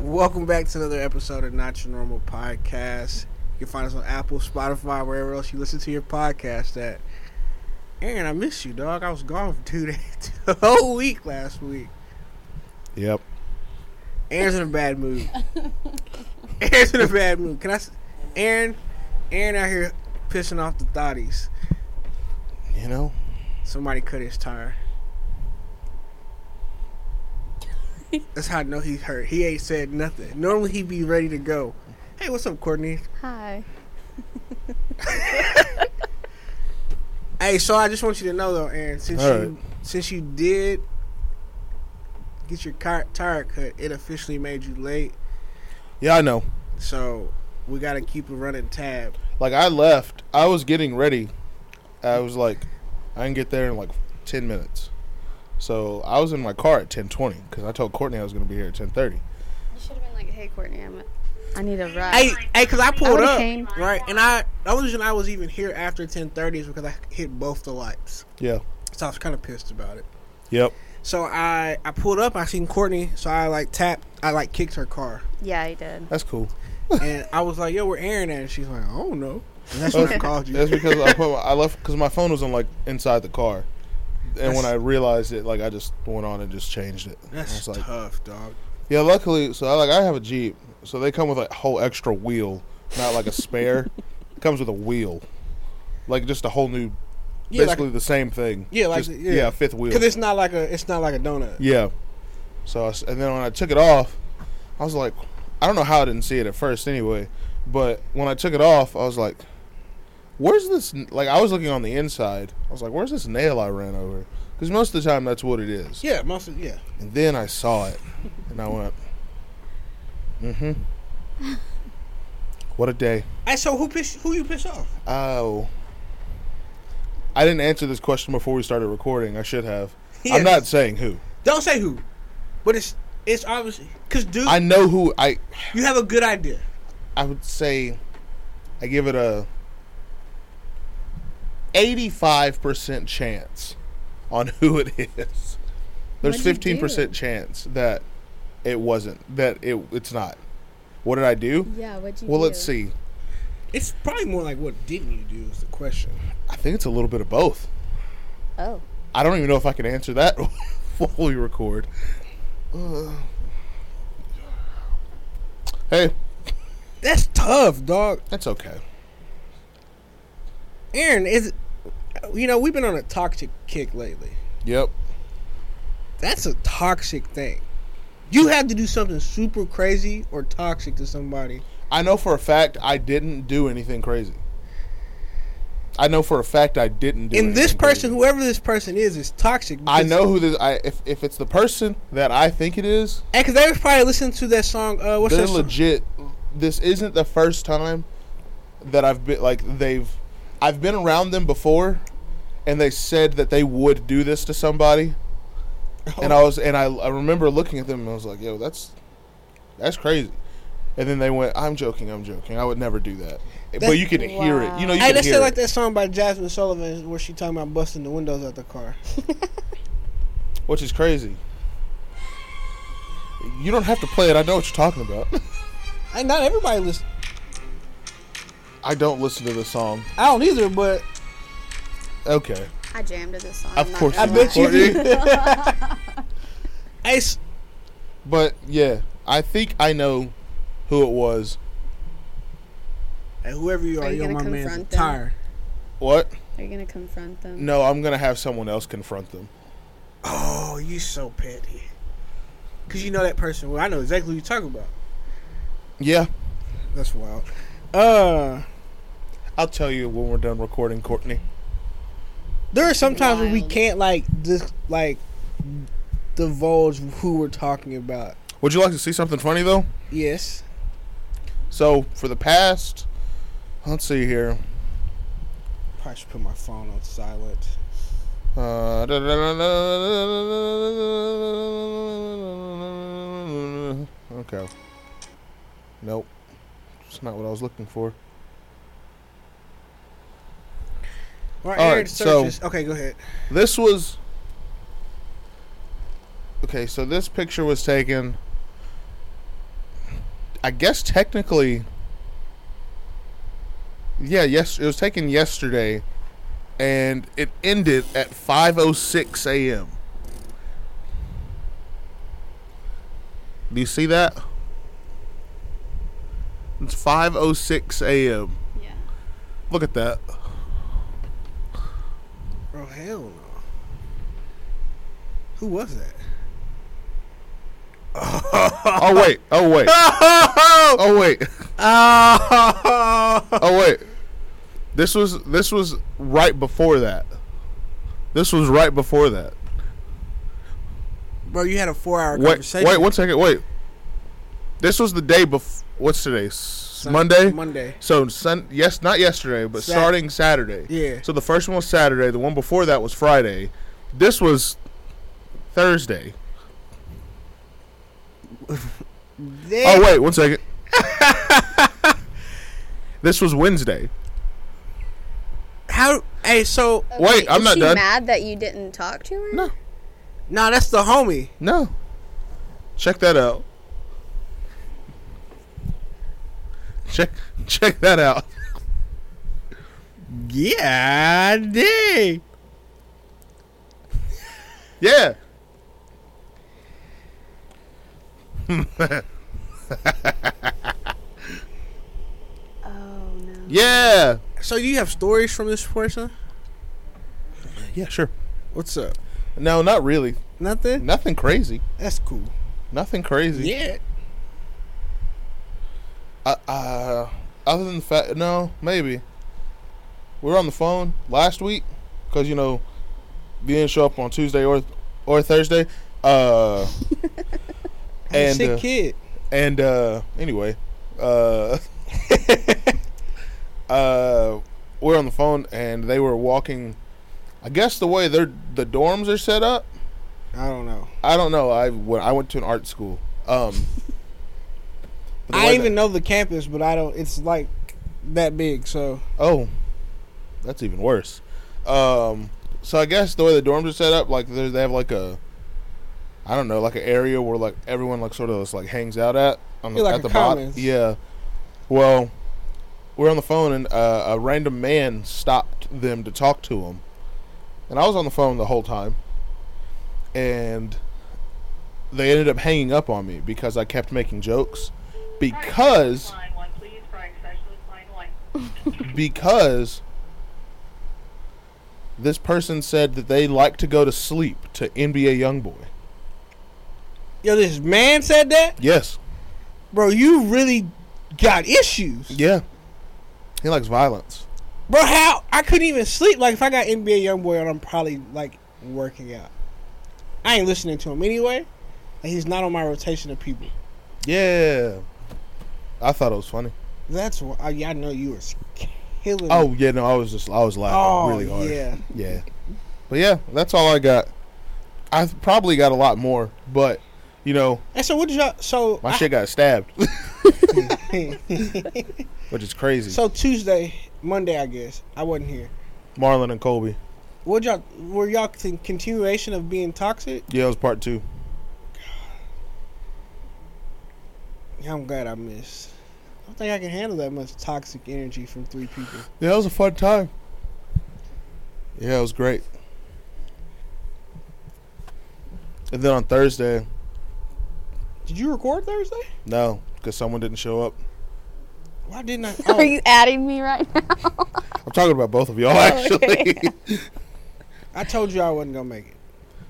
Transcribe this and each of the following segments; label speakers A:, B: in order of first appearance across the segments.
A: Welcome back to another episode of Not Your Normal Podcast. You can find us on Apple, Spotify, wherever else you listen to your podcast at. Aaron, I miss you, dog. I was gone for two days, the whole week last week.
B: Yep.
A: Aaron's in a bad mood. Aaron's in a bad mood. Can I? s- Aaron, Aaron out here pissing off the thotties.
B: You know,
A: Somebody cut his tire. That's how I know he's hurt. He ain't said nothing. Normally he'd be ready to go. Hey, what's up, Courtney?
C: Hi.
A: Hey, so I just want you to know though, Aaron, since
B: All
A: you
B: right.
A: since you did get your car, tire cut, it officially made you late.
B: yeah, I know.
A: So we got to keep a running tab.
B: Like I left, I was getting ready. I was like, I can get there in like ten minutes. So I was in my car at ten twenty because I told Courtney I was going to be here at ten thirty.
C: You should have been like, "Hey, Courtney, I'm. A- I need a ride."
A: Hey, hey, cause I pulled
C: would've
A: up
C: came.
A: right, and I the only reason I was even here after ten thirty is because I hit both the lights.
B: Yeah.
A: So I was kind of pissed about it.
B: Yep.
A: So I I pulled up. I seen Courtney. So I like tapped. I like kicked her car,
C: yeah, I did.
B: That's cool.
A: and I was like, "Yo, where Aaron at?" And she's like, "I don't know." And that's when I called you.
B: That's because I put my, I left because my phone was on like inside the car, and when I realized it, like I just went on and just changed it. And I
A: That's
B: was like,
A: tough, dog.
B: Yeah, luckily, so I like I have a Jeep, so they come with a whole extra wheel, not like a spare. it comes with a wheel, like just a whole new,
A: Yeah, like-
B: basically the same thing.
A: Yeah, like-
B: Just-
A: yeah.
B: a fifth wheel.
A: Cause it's not like a it's not like a donut.
B: yeah. So I s and then when I took it off, I was like, I don't know how I didn't see it at first anyway, but when I took it off, I was like, where's this? n- Like I was looking on the inside, I was like, where's this nail I ran over? Because most of the time that's what it is.
A: Yeah, most of, yeah.
B: And then I saw it, and I went, "Mm-hmm." What a day!
A: Hey, so who piss who you piss off?
B: Oh, I didn't answer this question before we started recording. I should have.
A: Yes.
B: I'm not saying who.
A: Don't say who, but it's it's obviously cause dude,
B: I know who. I
A: you have a good idea.
B: I would say, I give it a eighty-five percent chance on who it is. There's
C: What'd you do?
B: fifteen percent chance that it wasn't. That it it's not. What did I do?
C: Yeah, what'd you?
B: Well,
C: do?
B: let's see.
A: It's probably more like what didn't you do is the question.
B: I think it's a little bit of both.
C: Oh,
B: I don't even know if I can answer that while we record. Uh, hey,
A: That's tough, dog.
B: that's okay.
A: Aaron is, you know, we've been on a toxic kick lately.
B: Yep.
A: That's a toxic thing. You have to do something super crazy or toxic to somebody.
B: I know for a fact I didn't do anything crazy. I know for a fact I didn't do
A: and this
B: anything
A: person,
B: crazy.
A: whoever this person is, is toxic.
B: I know who this I if, if it's the person that I think it is,
A: because they was probably listening to that song. Uh, what's
B: they're
A: that? song?
B: legit this isn't the first time that I've been like they've I've been around them before and they said that they would do this to somebody and
A: Oh.
B: I was and I, I remember looking at them and I was like, "Yo, that's that's crazy." And then they went, "I'm joking, I'm joking. I would never do that." but you can hear it. You know, you
A: Hey,
B: can
A: that's
B: hear
A: still like
B: it.
A: that song by Jasmine Sullivan where she talking about busting the windows out the car.
B: which is crazy. You don't have to play it. I know what you're talking about.
A: And not everybody listen.
B: I don't listen to the song.
A: I don't either, but
B: Okay,
C: I jammed to this song.
B: of
C: I'm not
B: course.
A: I
C: gonna
B: you
A: bet
B: do,
C: lie.
A: you
B: Courtney.
A: hey, s-
B: But yeah, I think I know who it was.
A: hey, whoever you are,
C: Are you
A: you are
C: gonna
A: my man's
C: confront them?
A: tire.
B: What?
C: Are you gonna confront them?
B: No, I'm gonna have someone else confront them.
A: Oh, you so petty. Cause you know that person. Well, I know exactly who you're talking about.
B: Yeah,
A: That's wild. Uh,
B: I'll tell you when we're done recording, Courtney.
A: there are some times when we
C: Wild.
A: can't like just like divulge who we're talking about.
B: Would you like to see something funny though?
A: Yes.
B: So for the past, let's see here.
A: Probably should put my phone on silent.
B: Uh, okay. Nope. It's not what I was looking for.
A: All right,
B: All
A: Aaron
B: right, so-
A: searches. okay, go ahead.
B: This was. Okay, so this picture was taken I guess technically, yeah, yes, it was taken yesterday, and it ended at 5:06 a.m. Do you see that? It's 5:06 a.m.
C: Yeah.
B: Look at that.
A: Bro, hell no. Who was that?
B: Oh wait. Oh wait.
A: Oh!
B: Oh wait.
A: Oh!
B: Oh wait. This was this was right before that. This was right before that.
A: Bro, you had a four-hour
B: Wait,
A: conversation.
B: wait one second. Wait. This was the day before. What's today? S- Monday. Oh,
A: Monday.
B: So sun. Yes, not yesterday, but
A: Sat-
B: starting Saturday.
A: Yeah.
B: So the first one was Saturday. The one before that was Friday. This was Thursday.
A: Damn.
B: Oh wait, one second. this was Wednesday.
A: How? Hey, so
B: Wait, I'm
C: is
B: not
C: she
B: done.
C: mad that you didn't talk to her?
B: No.
A: nah, that's the homie.
B: No. Check that out. Check check that out.
A: Yeah, dang.
B: Yeah.
C: Oh no.
B: Yeah.
A: So you have stories from this person?
B: Yeah, sure.
A: What's up?
B: No, not really.
A: Nothing.
B: Nothing crazy.
A: That's cool.
B: Nothing crazy.
A: Yeah.
B: I, uh, other than the fact, no, maybe. We were on the phone last week because you know we didn't show up on Tuesday or or Thursday. Uh,
A: And
B: and
A: sick
B: uh,
A: kid.
B: and uh, anyway, uh, uh, we we're on the phone and they were walking. I guess the way their the dorms are set up,
A: I don't know.
B: I don't know. I when I went to an art school. Um, but the
A: I
B: way
A: even
B: that-
A: know the campus, but I don't. It's like that big. So
B: Oh, that's even worse. Um, so I guess the way the dorms are set up, like they they have like a, I don't know, like an area where like everyone like sort of just, like hangs out at on the,
A: Yeah, like
B: at
A: a
B: the bottom.
A: commons.
B: Yeah. Well, we're on the phone and uh, a random man stopped them to talk to him, and I was on the phone the whole time, and they ended up hanging up on me because I kept making jokes because
D: Line one, please. Fire specialist line one.
B: because this person said that they like to go to sleep to NBA YoungBoy.
A: yo, this man said that,
B: Yes.
A: bro. You really got issues,
B: Yeah. He likes violence.
A: bro. How I couldn't even sleep. Like if I got NBA YoungBoy on, I'm probably like working out. I ain't listening to him anyway. Like, he's not on my rotation of people.
B: Yeah. I thought it was funny.
A: That's why I, I know you were killing. me.
B: Oh yeah, no, I was just I was laughing
A: Oh,
B: really hard.
A: yeah.
B: Yeah. But yeah, that's all I got. I probably got a lot more, but you know,
A: And so what did y'all? So
B: my
A: I-
B: shit got stabbed, which is crazy.
A: so Tuesday, Monday, I guess I wasn't here.
B: Marlon and Colby.
A: What y'all were y'all con- continuation of being toxic?
B: Yeah, it was part two.
A: Yeah, I'm glad I missed. I don't think I can handle that much toxic energy from three people.
B: Yeah, it was a fun time. Yeah, it was great. And then on Thursday,
A: Did you record Thursday?
B: no, because someone didn't show up.
A: Why didn't I? Oh.
C: Are you adding me right now?
B: I'm talking about both of y'all
A: Oh,
B: actually.
A: I told you I wasn't gonna make it.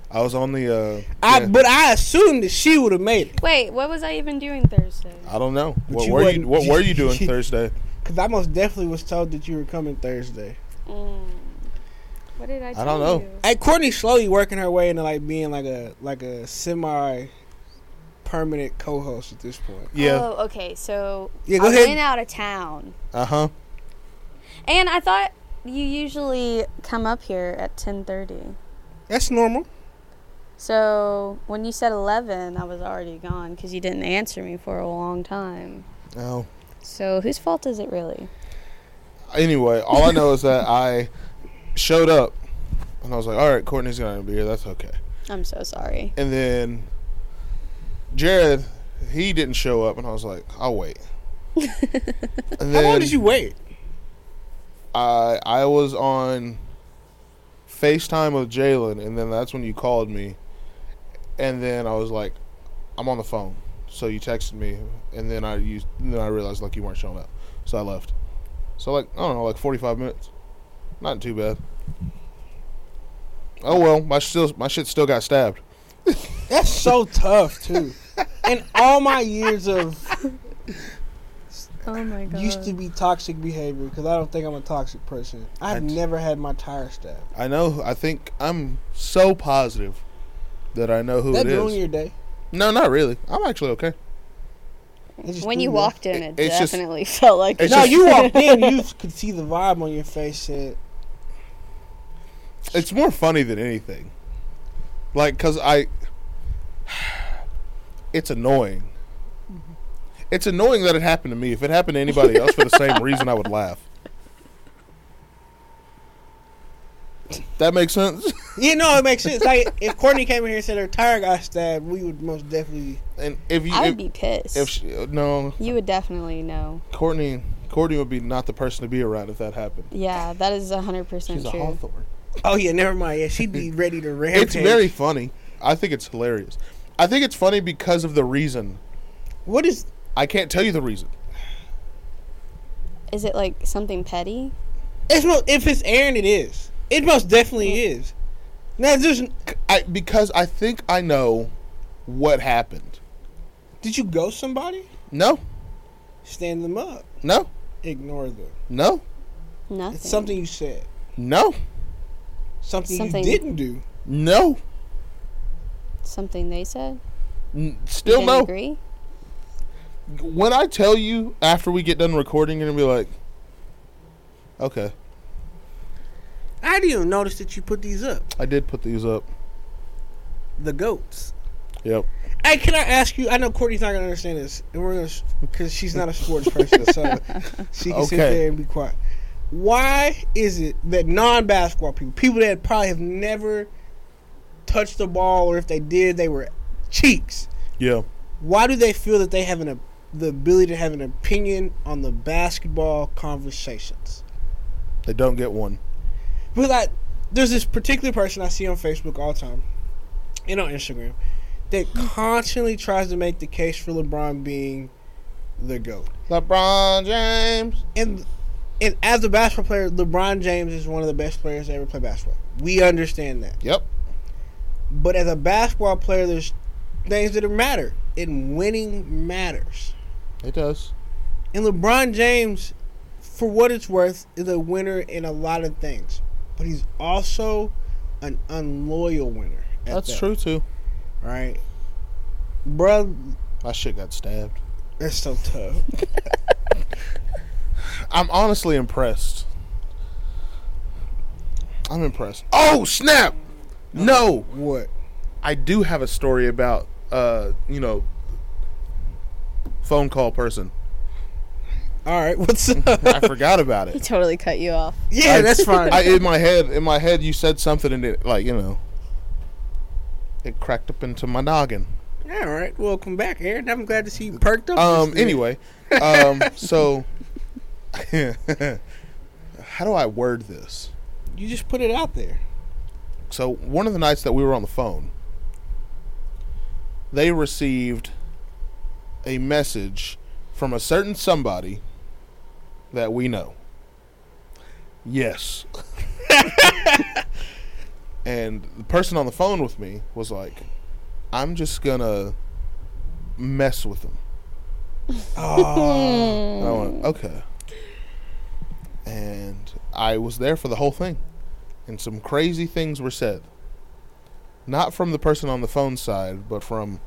B: I was on the. Uh,
A: I
B: yeah,
A: but I assumed that she would have made it
C: Wait, what was I even doing Thursday?
B: I don't know. What
A: you
B: were
A: wasn't-
B: you?
A: Oh.
B: What were you doing Thursday?
A: because I most definitely was told that you were coming Thursday.
C: Mm. What did I?
B: don't
C: Tell
B: know.
C: You?
A: Hey, Courtney slowly working her way into like being like a like a semi permanent co-host at this point.
B: Yeah.
C: Oh, okay. So
A: Yeah, go
C: I
A: ahead.
C: went out of town,
B: Uh huh.
C: and I thought you usually come up here at ten thirty.
A: That's normal.
C: So when you said eleven, I was already gone because you didn't answer me for a long time.
B: Oh.
C: So whose fault is it really?
B: Anyway, all I know is that I showed up, and I was like, "All right, Courtney's gonna be here. That's okay."
C: I'm so sorry.
B: And then Jared he didn't show up, and I was like, I'll wait. And
A: How long
B: then
A: did you wait?
B: I I was on FaceTime with Jalen, and then that's when you called me, and then I was like, I'm on the phone. So you texted me, and then I used, and then I realized like you weren't showing up, so I left. So like I don't know, like 45 minutes, not too bad. Oh well, my still my shit still got stabbed.
A: That's so tough too. In all my years of
C: Oh my god.
A: used to be toxic behavior, because I don't think I'm a toxic person. I've
B: That's-
A: never had my tire stabbed.
B: I know. I think I'm so positive that I know who
A: That
B: it is.
A: ruined your day.
B: No, not really. I'm actually okay.
A: It just
C: when
A: threw
C: you
A: me off.
C: walked in, it,
B: It's just-
C: definitely felt like.
B: it's
A: no,
B: just-
A: you walked in. You could see the vibe on your face. Said,
B: It's more funny than anything. Like, cause I, it's annoying. It's annoying that it happened to me. If it happened to anybody else for the same reason, I would laugh. That makes sense.
A: "You know, it makes sense." Like if Courtney came in here and said her tire got stabbed, we would most definitely.
B: And if you,
C: I would
B: if,
C: be pissed.
B: if she, no,
C: you would definitely know.
B: Courtney, Courtney would be not the person to be around if that happened.
C: Yeah, that is hundred percent
B: She's a
C: true.
B: Hawthorne.
A: Oh yeah, never mind. Yeah, she'd be ready to rampage.
B: It's very funny. I think it's hilarious. I think it's funny because of the reason.
A: What is?
B: I can't tell you the reason.
C: Is it like something petty?
A: It's most, if it's Aaron, it is. It most definitely is. Now, there's.
B: I because I think I know what happened.
A: Did you ghost somebody?
B: No,
A: Stand them up.
B: no,
A: Ignore them.
B: no,
C: Nothing.
A: It's something you said.
B: no,
A: Something,
C: Something-
A: you didn't do.
B: no.
C: Something they said.
B: N-
C: You
B: Still
C: didn't
B: no.
C: Agree.
B: When I tell you after we get done recording, you're gonna be like, "Okay,
A: I didn't even notice that you put these up.
B: I did put these up."
A: The goats.
B: Yep.
A: Hey, can I ask you? I know Courtney's not gonna understand this, and we're gonna, because she's not a sports person, so she can sit
B: Okay.
A: there and be quiet. Why is it that non-basketball people, people that probably have never touched the ball, or if they did, they were cheeks?
B: Yeah.
A: Why do they feel that they have an op- the ability to have an opinion on the basketball conversations?
B: They don't get one.
A: Because I, there's this particular person I see on Facebook all the time, and on Instagram, that constantly tries to make the case for LeBron being the goat.
B: LeBron James.
A: And and as a basketball player, LeBron James is one of the best players to ever play basketball. We understand that.
B: Yep.
A: But as a basketball player, there's things that matter, and winning matters.
B: It does.
A: And LeBron James, for what it's worth, is a winner in a lot of things. But he's also an unloyal winner. at
B: That's
A: that,
B: true too.
A: Right? Bruh,
B: My shit got stabbed.
A: that's so tough.
B: I'm honestly impressed. I'm impressed. Oh snap! No,
A: what?
B: I do have a story about uh, you know, phone call person.
A: All right, what's up?
B: I forgot about
C: He
B: it.
C: totally cut you off.
A: yeah,
B: I-
A: that's fine.
B: I in my head, in my head, you said something, and it like you know, it cracked up into my noggin.
A: All right, welcome back, Aaron. I'm glad to see you perked up.
B: Um.
A: this year.
B: Anyway, um. So, how do I word this?
A: you just put it out there.
B: so one of the nights that we were on the phone, they received a message from a certain somebody that we know. Yes. and the person on the phone with me was like, I'm just gonna mess with them.
A: Oh,
B: And I went, okay. And I was there for the whole thing. And some crazy things were said. Not from the person on the phone side, but from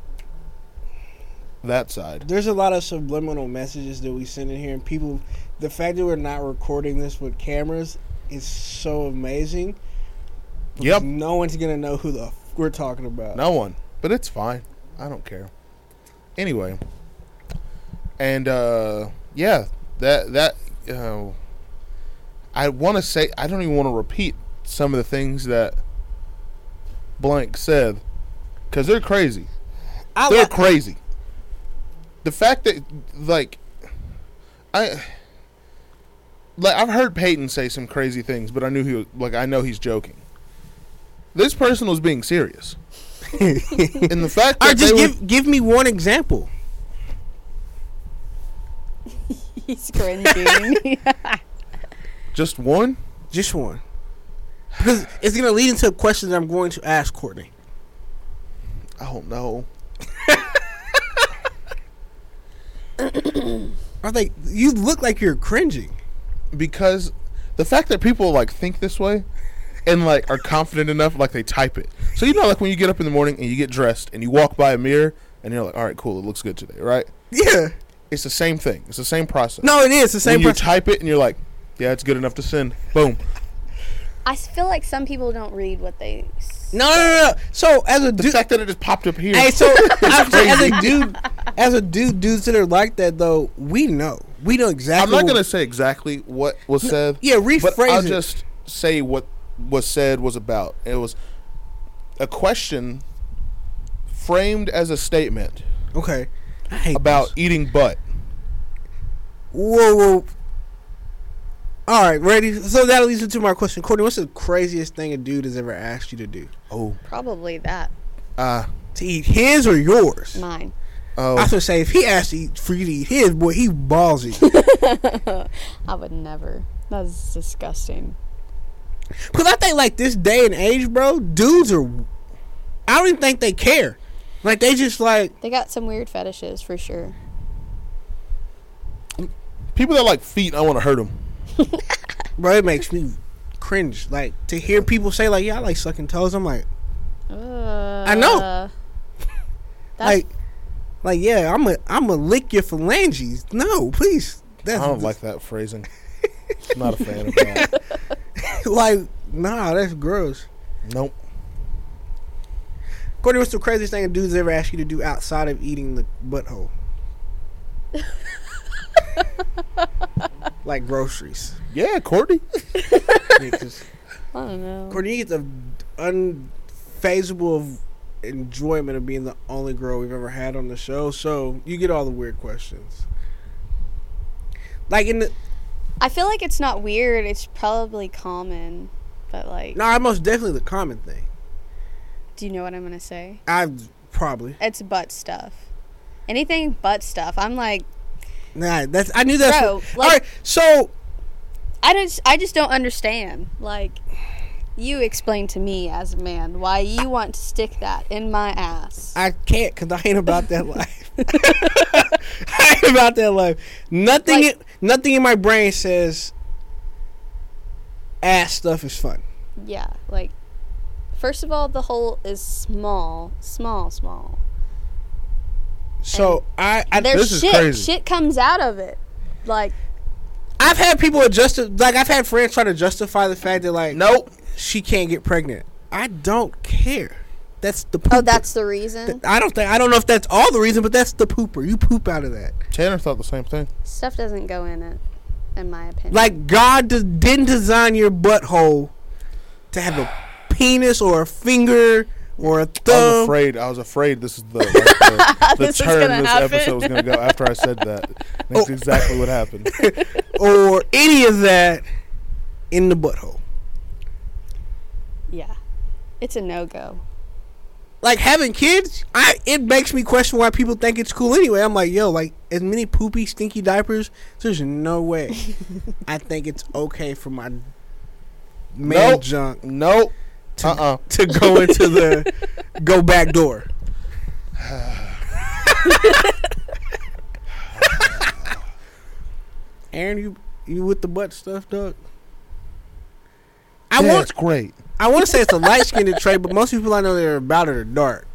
B: that side.
A: there's a lot of subliminal messages that we send in here, and people. The fact that we're not recording this with cameras is so amazing.
B: Yep.
A: No one's gonna know who the f- we're talking about.
B: No one. But it's fine. I don't care. Anyway. And uh yeah, that that uh, I want to say I don't even want to repeat some of the things that blank said cuz they're crazy.
A: I
B: They're
A: like.
B: crazy. the fact that like I like I've heard Peyton say some crazy things, but I knew he was like I know he's joking. This person was being serious, and the fact that
A: All right, just
B: they were-
A: give give me one example.
C: He's cringing.
B: just one.
A: Just one. Because it's going to lead into questions I'm going to ask Courtney.
B: I don't know.
A: I think you look like you're cringing.
B: because the fact that people like think this way and like are confident enough like they type it so you know like when you get up in the morning and you get dressed and you walk by a mirror and you're like all right cool it looks good today right
A: Yeah.
B: it's the same thing it's the same process
A: No, it is the
B: when
A: same
B: you
A: person.
B: type it and you're like yeah it's good enough to send boom
C: I s- feel like some people don't read what they. s-
A: no, no, no, no. So as a
B: the
A: dude,
B: fact that it just popped up here
A: hey, so as, as a dude, as a dude, dudes that are like that though, we know, we know
B: i'm
A: exactly.
B: not
A: what-
B: gonna say exactly what was said
A: Yeah,
B: but
A: rephrase
B: i'll
A: it.
B: just say what was said was about it was a question framed as a statement
A: okay. I hate
B: about
A: this.
B: eating butt
A: whoa, whoa. All right, ready. So that leads into my question, Courtney. What's the craziest thing a dude has ever asked you to do?
B: Oh.
C: Probably that.
B: Uh,
A: To eat his or yours?
C: Mine.
B: oh.
A: I was gonna say if he asked to eat, for you to eat his, boy, he ballsy.
C: I would never. That's disgusting.
A: Cause I think like this day and age, bro, dudes are. I don't even think they care. Like they just like
C: They got some weird fetishes for sure.
B: people that like feet, I want to hurt them.
A: bro. It makes me cringe. Like to hear people say like, "Yeah, I like sucking toes." I'm like,
C: Uh,
A: know.
C: That's
A: like, like yeah, I'm a I'm a lick your phalanges. No, please. That's
B: I don't like that phrasing. Not a fan of that.
A: like nah, that's gross.
B: Nope.
A: Courtney, what's the craziest thing a dude's ever asked you to do outside of eating the butthole? like groceries.
B: Yeah, Courtney.
A: Yeah, 'cause-
C: I don't know.
A: Courtney gets the unfazable of enjoyment of being the only girl we've ever had on the show. So you get all the weird questions. Like in the
C: I feel like it's not weird. It's probably common, but like,
A: no, nah, most definitely the common thing.
C: do you know what I'm gonna say?
A: I probably
C: It's butt stuff. Anything but stuff. I'm like,
A: nah. That's I knew that's
C: Bro,
A: all right.
C: like-
A: So
C: I just, I just don't understand. Like, you explain to me as a man why you want to stick that in my ass.
A: I can't because I ain't about that life. I ain't about that life. Nothing,
C: Like-
A: nothing in my brain says ass stuff is fun.
C: yeah, like, first of all, the hole is small, small, small.
A: So I, I
C: There's
B: this is
C: shit.
B: crazy.
C: Shit comes out of it. Like,
A: I've had people adjust like I've had friends try to justify the fact that like
B: Nope.
A: she can't get pregnant. I don't care. That's the pooper.
C: oh, that's the reason.
A: I don't think I don't know if that's all the reason, but that's the pooper. You poop out of that.
B: Tanner thought the same thing.
C: Stuff doesn't go in it, in my opinion.
A: Like God de- didn't design your butthole to have a penis or a finger or a
B: I was
A: thumb.
B: afraid. I was afraid this is the, like, the, the
C: This is
B: turn
C: gonna
B: this
C: happen.
B: episode was going to go after I said that. That's
A: Oh.
B: exactly what happened.
A: or any of that in the butthole.
C: yeah, it's a no go.
A: Like having kids, I it makes me question why people think it's cool anyway. I'm like, yo, like as many poopy, stinky diapers, there's no way. I think it's okay for my man
B: Nope.
A: junk
B: Nope. Uh uh
A: to go into the go back door. Aaron, you you with the butt stuff, dog? I want
B: That's great.
A: I want to say it's a light skinned trait, but most people I know that are about it are dark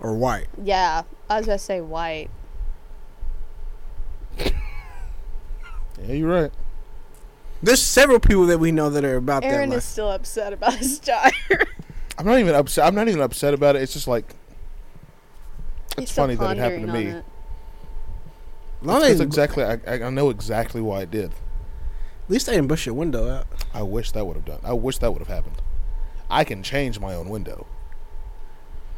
A: or white.
C: Yeah, I was gonna say white.
B: Yeah, you're right.
A: There's several people that we know that are about
C: Aaron
A: that. life.
C: is still upset about his tire.
B: I'm not even upset. I'm not even upset about it. It's just like
C: He's
B: it's
C: still
B: funny that it happened to
C: pondering
B: me.
C: on it.
A: Long as-
B: It's exactly. I, I I know exactly why it did.
A: at least they didn't bust your window out.
B: I wish that would have done. I wish that would have happened. I can change my own window.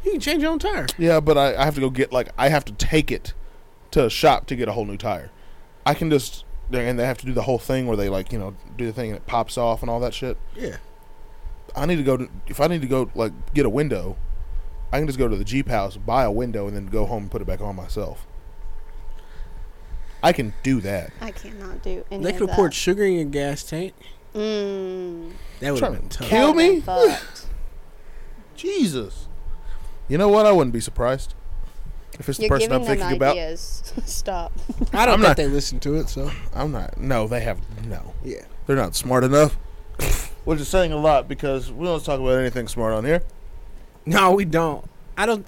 A: You can change your own tire.
B: Yeah, but I, I have to go get like I have to take it to a shop to get a whole new tire. I can just and they have to do the whole thing where they like you know do the thing and it pops off and all that shit.
A: Yeah.
B: I need to go to if I need to go like get a window, I can just go to the Jeep house, buy a window, and then go home and put it back on myself. I can do that.
C: I cannot do any
A: They
C: of
A: could have
C: that.
A: poured sugar in your gas tank.
C: Mm,
A: That would
B: Trying
A: have
B: to
A: been tough.
B: kill-
C: that would've been
B: me?
C: fucked.
B: Jesus. You know what? I wouldn't be surprised if it's the
C: You're
B: person I'm
C: giving them
B: thinking about.
C: ideas. Stop.
A: I don't think
B: I'm not-
A: they listened to it, so
B: I'm not. No, they have no.
A: yeah.
B: They're not smart enough. Which is saying a lot because we don't talk about anything smart on here.
A: No, we don't. I don't.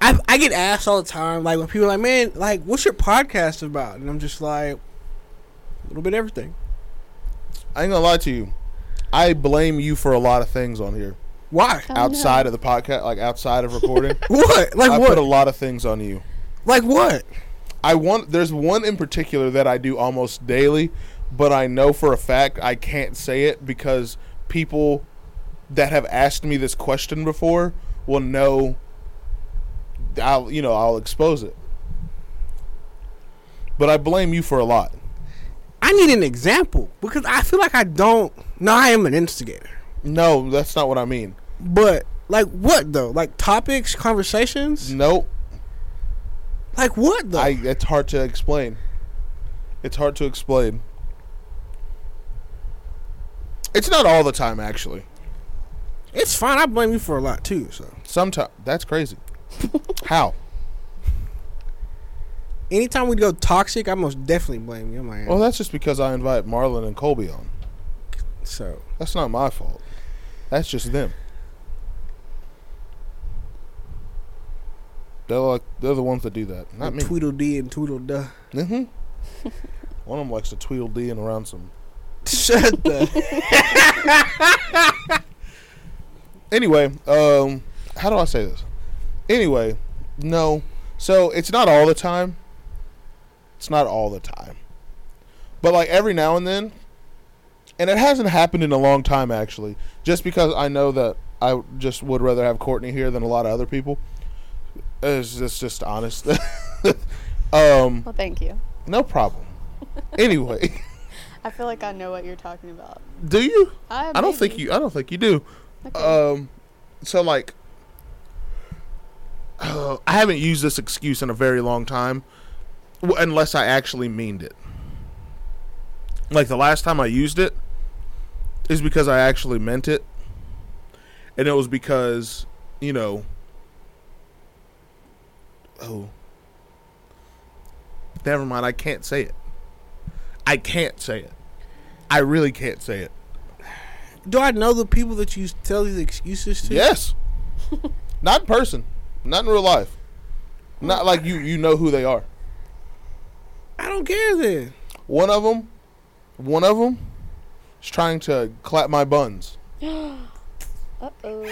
A: I I get asked all the time, like when people are like, "Man, like, what's your podcast about?" And I'm just like, a little bit of everything.
B: I ain't gonna lie to you. I blame you for a lot of things on here
A: Why?
C: Oh, no.
B: outside of the podcast, like outside of recording.
A: What? Like
B: I
A: what?
B: put a lot of things on you.
A: like what?
B: I want there's one in particular that I do almost daily, but I know for a fact I can't say it because people that have asked me this question before will know I'll you know, I'll expose it. But I blame you for a lot.
A: I need an example because I feel like I don't. No, I am an instigator,
B: No, that's not what I mean.
A: but like what though? Like topics, conversations.
B: Nope.
A: Like what though?
B: Mm. I it's hard to explain. It's hard to explain. It's not all the time actually.
A: it's fine. I blame you for a lot too. So
B: Sometimes that's crazy. How?
A: anytime we go toxic, I most definitely blame you. I'm like,
B: Well, Oh, that's just because I invite Marlon and Colby on.
A: so
B: That's not my fault. That's just them. They're like they're the ones that do that, not me.
A: Tweedledee and Tweedledee.
B: hmm One of them likes to tweedledee and around some.
A: Shut the.
B: Anyway, um, how do I say this? Anyway, no. So it's not all the time. It's not all the time, but like every now and then, and it hasn't happened in a long time actually. Just because I know that I just would rather have Courtney here than a lot of other people. It's just, just honest. um,
C: Well, thank you.
B: no problem. Anyway,
C: I feel like I know what you're talking about.
B: do you?
C: I,
B: I don't think
C: maybe.
B: you. I don't think you do.
C: Okay.
B: Um, so like, uh, I haven't used this excuse in a very long time, w- unless I actually meaned it. Like the last time I used it is because I actually meant it, and it was because you know, oh, never mind. I can't say it. I can't say it. I really can't say it.
A: Do I know the people that you tell these excuses to?
B: Yes. not in person. Not in real life. Not like you you know who they are.
A: I don't care then.
B: One of them, one of them is trying to clap my buns. uh,
C: Uh-oh.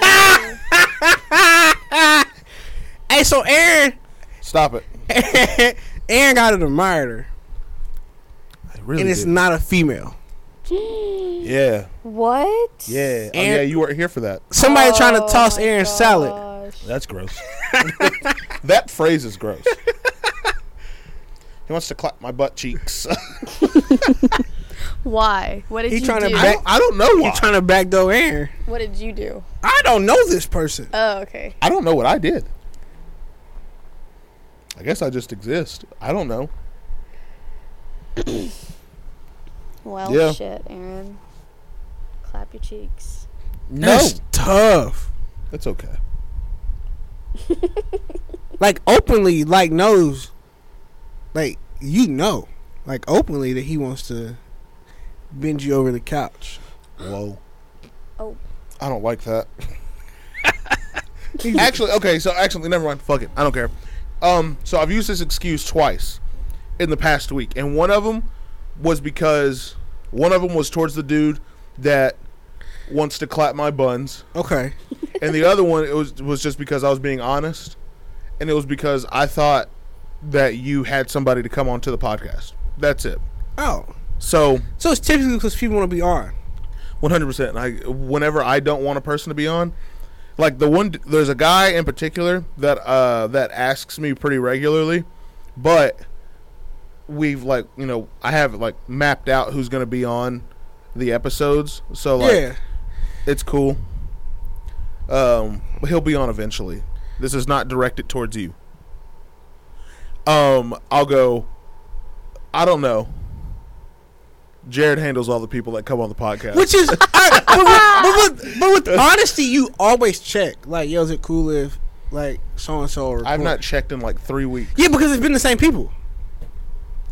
A: Hey, so Aaron,
B: Stop it.
A: Aaron got an admirer,
B: I really
A: and it's
B: did.
A: not a female.
B: yeah.
C: what?
B: Yeah. Oh,
A: And-
B: yeah, you weren't here for that.
A: Somebody trying to
C: Oh
A: toss
C: my
A: Aaron's salad.
C: gosh.
B: That's gross. that phrase is gross. he wants to clap my butt cheeks.
C: Why? What did
A: He
C: you
A: tryna
C: do?
B: I,
A: back-
B: don't, I don't know
A: You're
B: why.
A: trying to backdoor Aaron.
C: What did you do?
A: I don't know this person.
C: Oh, okay.
B: I don't know what I did. I guess I just exist. I don't know.
C: Well,
B: Yeah.
C: shit, Aaron. Clap your cheeks.
B: No.
A: That's tough.
B: That's okay.
A: Like openly, like knows, like you know, like openly that he wants to bend you over the couch.
B: Whoa.
C: Oh.
B: I don't like that. actually, okay, so actually, never mind. Fuck it. I don't care. Um, so I've used this excuse twice in the past week, and one of them was because one of them was towards the dude that wants to clap my buns,
A: Okay.
B: and the other one it was was just because I was being honest, and it was because I thought that you had somebody to come onto the podcast. That's it.
A: Oh,
B: So
A: so it's typically because people want to be on.
B: One hundred percent. I whenever I don't want a person to be on, like the one there's a guy in particular that uh that asks me pretty regularly, but we've like you know I have like mapped out who's gonna be on the episodes, so like
A: yeah.
B: it's cool. Um, but he'll be on eventually. This is not directed towards you. Um, I'll go. I don't know. Jared handles all the people that come on the podcast.
A: Which is, I, but, with, but, with, but with honesty, you always check. Like, yo, is it cool if like so and so?
B: I've not checked in like three weeks.
A: Yeah, because it's been the same people.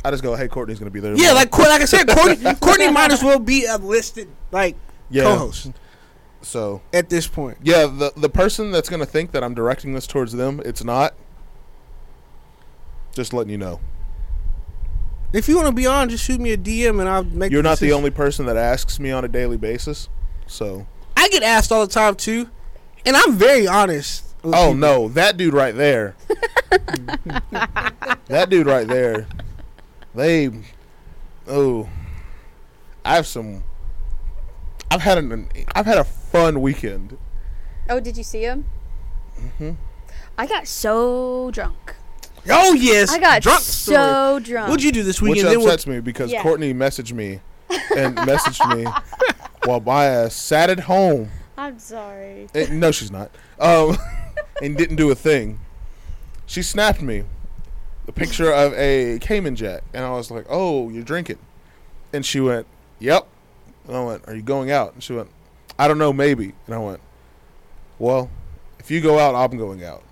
B: I just go, hey, Courtney's gonna be there.
A: Yeah,
B: tomorrow."
A: like Cour- like I said, Courtney, Courtney might as well be a listed like
B: Yeah.
A: co-host
B: so.
A: at this point.
B: Yeah, the the person that's gonna think that I'm directing this towards them, it's not. Just letting you know,
A: If you want to be on, just shoot me a DM and I'll make.
B: you're not the
A: decision.
B: only person that asks me on a daily basis. So,
A: I get asked all the time too, and I'm very honest. with
B: oh
A: people.
B: no, that dude right there, that dude right there, they, oh, I have some. I've had an I've had a fun weekend.
C: Oh, did you see him? I got so drunk.
A: Oh yes,
C: I got
A: drunk
C: so
A: story.
C: drunk.
A: What'd you do this
B: Which
A: weekend? Then what-
B: upsets me because
C: Yeah.
B: Courtney messaged me and messaged me while my ass sat at home.
C: I'm sorry.
B: Eh, no, she's not. Um, and didn't do a thing. She snapped me a picture of a Cayman Jack, and I was like, "Oh, you're drinking?" And she went, "Yep." And I went, "Are you going out?" And she went, "I don't know, maybe." And I went, "Well, if you go out, I'm going out."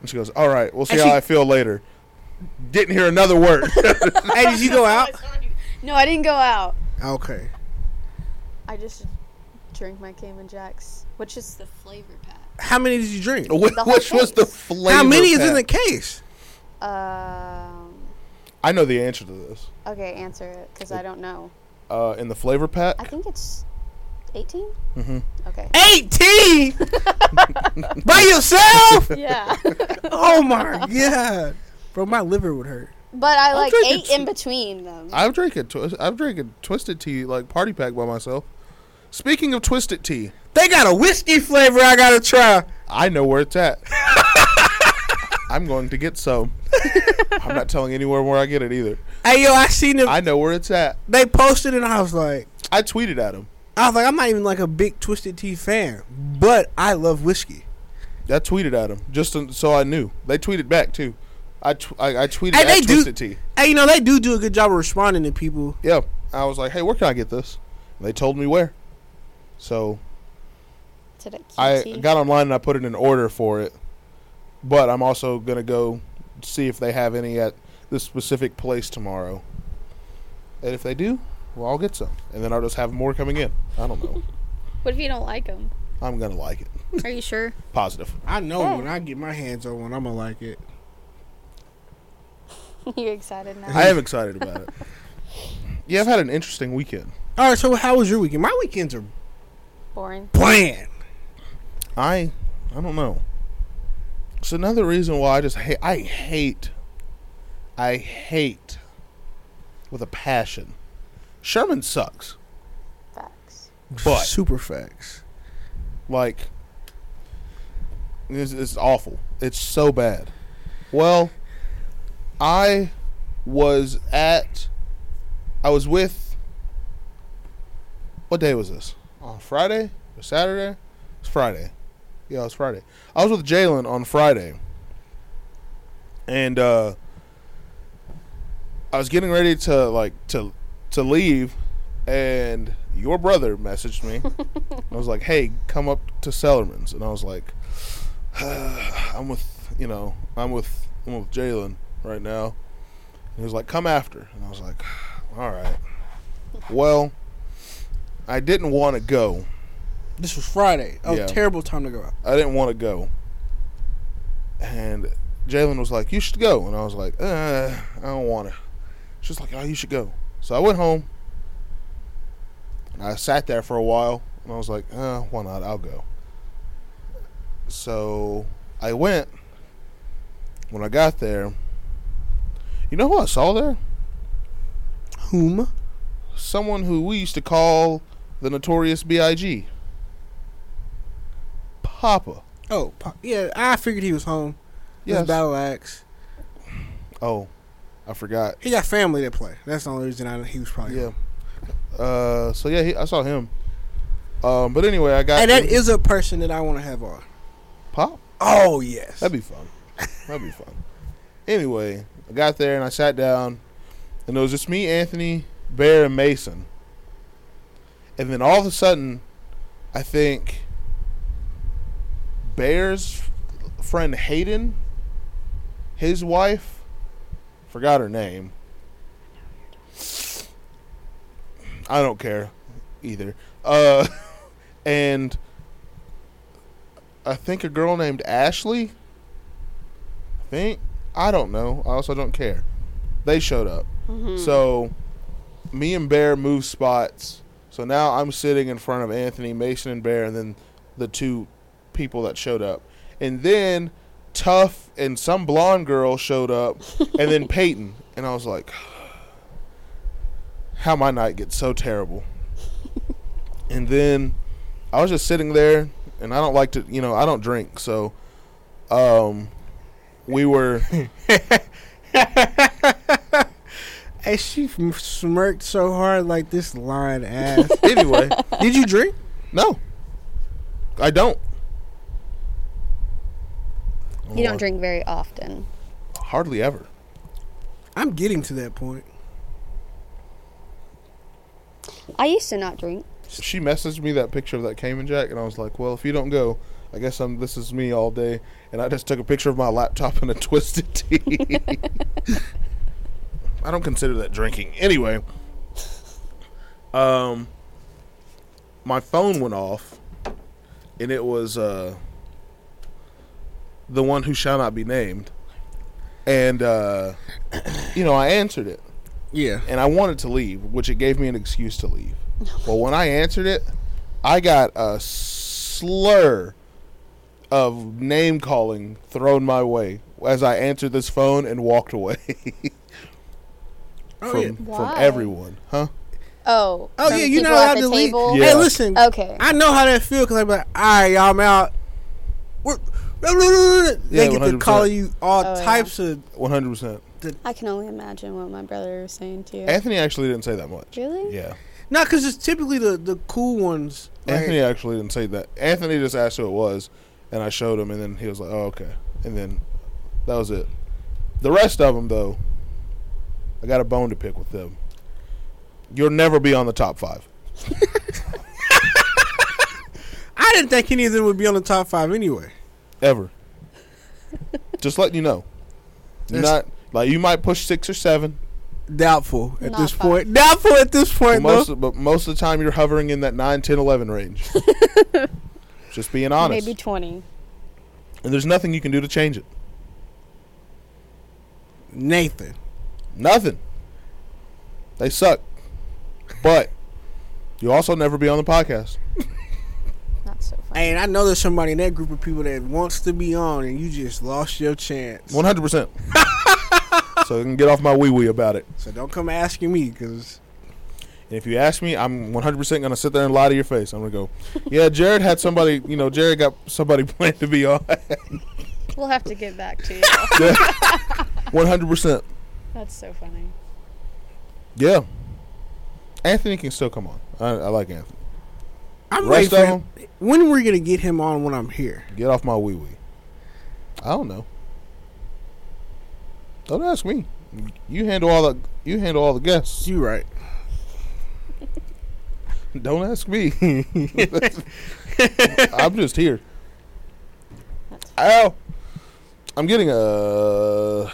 B: And she goes, "All right, we'll see
A: And
B: how
A: she-
B: I feel later." Didn't hear another word.
A: hey, did you go out?
C: No, I didn't go out.
A: Okay.
C: I just drank my Cayman Jacks, which is the flavor pack.
A: How many did you drink?
B: Wh- which
C: whole
B: was the
C: case.
B: flavor?
A: How many is in the
B: pack?
A: case?
C: Um.
B: I know the answer to this.
C: Okay, answer it because I don't know.
B: Uh, in the flavor pack,
C: I think it's 18.
B: Mhm.
C: Okay.
A: 18 by yourself?
C: yeah.
A: Oh my god, bro, my liver would hurt.
C: But I like
B: drinking
C: ate in between them.
B: I've drinking twi- I've drinking twisted tea like party pack by myself. Speaking of twisted tea,
A: They got a whiskey flavor. I gotta try.
B: I know where it's at. I'm going to get some. I'm not telling anywhere where I get it either.
A: Hey yo, I seen them.
B: I know where it's at.
A: they posted and I was like,
B: I tweeted at him.
A: I was like, I'm not even like a big Twisted Tea fan, but I love whiskey.
B: I tweeted at him just to- so I knew. They tweeted back too. I tw- I, I tweeted
A: Hey,
B: at
A: they do-
B: twisted tea.
A: Hey, you know they do do a good job of responding to people.
B: Yeah, I was like, hey, where can I get this? And they told me where. So
C: Did it
B: I
C: QT?
B: got online and I put in an order for it, but I'm also gonna go see if they have any at this specific place tomorrow. And if they do, well, I'll get some, and then I'll just have more coming in. I don't know.
C: What if you don't like them?
B: I'm gonna like it.
C: Are you sure?
B: Positive.
A: I know
C: Yeah.
A: when I get my hands on one, I'm gonna like it.
C: you excited now?
B: I am excited about it. Yeah, I've had an interesting weekend.
A: All right, so how was your weekend? My weekends are
C: Boring.
A: bland.
B: I, I don't know. It's another reason why I just hate. I hate. I hate. With a passion. Sherman sucks,
C: Facts.
B: but
A: Super facts.
B: Like, it's, it's awful. It's so bad. Well, I was at, I was with, what day was this? On Friday or Saturday? It's Friday. Yeah, it's Friday. I was with Jalen on Friday, and uh, I was getting ready to like to to leave, and your brother messaged me. I was like, "Hey, come up to Sellerman's," and I was like, "I'm with you know, I'm with I'm with Jalen right now." And he was like, "Come after," and I was like, "All right." Well, I didn't want to go.
A: This was Friday. Oh,
B: Yeah.
A: terrible time to go out.
B: I didn't want to go. And Jalen was like, "You should go," and I was like, uh, "I don't want to." She was like, "Oh, you should go." So I went home. And I sat there for a while, and I was like, uh, "Why not? I'll go." So I went. When I got there, you know who I saw there?
A: Whom?
B: Someone who we used to call the Notorious B.I.G. Papa.
A: Oh, po- yeah. I figured he was home. Yes.
B: Yes.
A: Battle axe.
B: Oh, I I forgot.
A: He got family that play. That's the only reason I he was probably
B: Yeah. Uh, so yeah, he, I saw him. Um, but anyway, I got
A: And that is a person that I want to have on.
B: pop.
A: Oh yes.
B: That'd be fun. That'd be fun. Anyway, I got there and I sat down, and it was just me, Anthony, Bear, and Mason. And then all of a sudden, I think Bear's friend Hayden, his wife, forgot her name. I don't care either. Uh, and I think a girl named Ashley. I think I don't know. I also don't care. They showed up. So me and Bear moved spots. So now I'm sitting in front of Anthony, Mason, and Bear, and then the two people that showed up. And then Tough and some blonde girl showed up, and then Peyton. And I was like, how my night gets so terrible. and then I was just sitting there, and I don't like to, you know, I don't drink, so um, we were.
A: Hey, she f- smirked so hard like this lying ass.
B: anyway,
A: Did you drink?
B: no, I don't.
C: You don't drink very often.
B: hardly ever.
A: I'm getting to that point.
C: I used to not drink.
B: She messaged me that picture of that Cayman Jack, and I was like, "Well, if you don't go, I guess I'm. This is me all day." And I just took a picture of my laptop and a twisted tea. I don't consider that drinking anyway. Um, my phone went off, and it was uh the one who shall not be named, and uh, you know I answered it
A: Yeah.
B: and I wanted to leave, which it gave me an excuse to leave. well, when I answered it, I got a slur of name calling thrown my way as I answered this phone and walked away
A: Oh,
B: from
A: yeah.
B: from
C: Why?
B: everyone, huh?
C: Oh.
A: Oh
C: from
A: yeah, you're
C: people
A: not allowed
C: at the
A: to leave.
C: table?
B: Yeah.
A: Hey, listen.
C: Okay.
A: I know how that feel because I'm like, all right, y'all, I'm out. We're, they
B: Yeah,
A: get to
B: 100%.
A: call you all
C: Oh, yeah.
A: types of.
B: One hundred percent.
C: I can only imagine what my brother was saying to you.
B: Anthony actually didn't say that much.
C: really?
B: Yeah,
A: Not because it's typically the the cool ones. Like,
B: Anthony actually didn't say that. Anthony just asked who it was, and I showed him, and then he was like, "Oh, okay," and then that was it. The rest of them, though, I got a bone to pick with them. You'll never be on the top five.
A: I didn't think any of them would be on the top five anyway.
B: ever. Just letting you know, You're
A: That's-
B: not like you might push six or seven.
A: Doubtful at
C: Not
A: this
C: five.
A: point. Doubtful at this
B: But
A: point,
B: most,
A: though.
B: of, but most of the time, you're hovering in that 9, 10, 11 range. Just being honest,
C: Maybe 20.
B: and there's nothing you can do to change it.
A: Nathan.
B: Nothing. They suck, but you'll also never be on the podcast.
C: Not so funny.
A: And I know there's somebody in that group of people that wants to be on, and you just lost your chance.
B: One hundred percent. So you can get off my wee wee about it.
A: So don't come asking me because
B: And if you ask me, I'm 100% gonna sit there and lie to your face. I'm gonna go, yeah, Jared had somebody. You know, Jared got somebody planned to be on.
C: We'll have to get back to you.
B: One hundred percent.
C: That's so funny.
B: Yeah. Anthony can still come on. I, I like Anthony.
A: I'm ready
B: Rest
A: for
B: of
A: him. When are we gonna get him on when I'm here?
B: Get off my wee wee. I don't know. Don't ask me. You handle all the you handle all the guests.
A: You right.
B: Don't ask me. I'm just here. Ow! I'm getting a.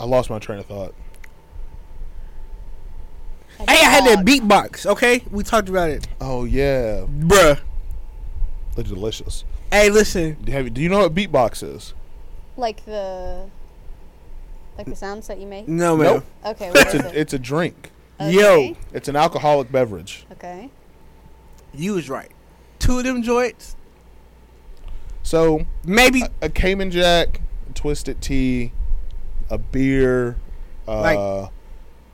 B: I lost my train of thought.
A: Hey, I had that beatbox. Okay, we talked about it,
B: Oh yeah,
A: bruh.
B: they're delicious.
A: Hey, listen.
B: Do you, have, do you know what beatbox is?
C: Like the. Like the sounds that you make?
A: No, man.
B: Nope.
C: Okay,
B: Mm.
C: what
B: It's
C: is
B: a
C: it?
B: it's a drink.
A: Yo,
C: Okay.
B: It's an alcoholic beverage.
C: Okay.
A: you was right. Two of them joints,
B: So
A: maybe
B: a, a Cayman Jack, a twisted tea, a beer, uh,
A: Like-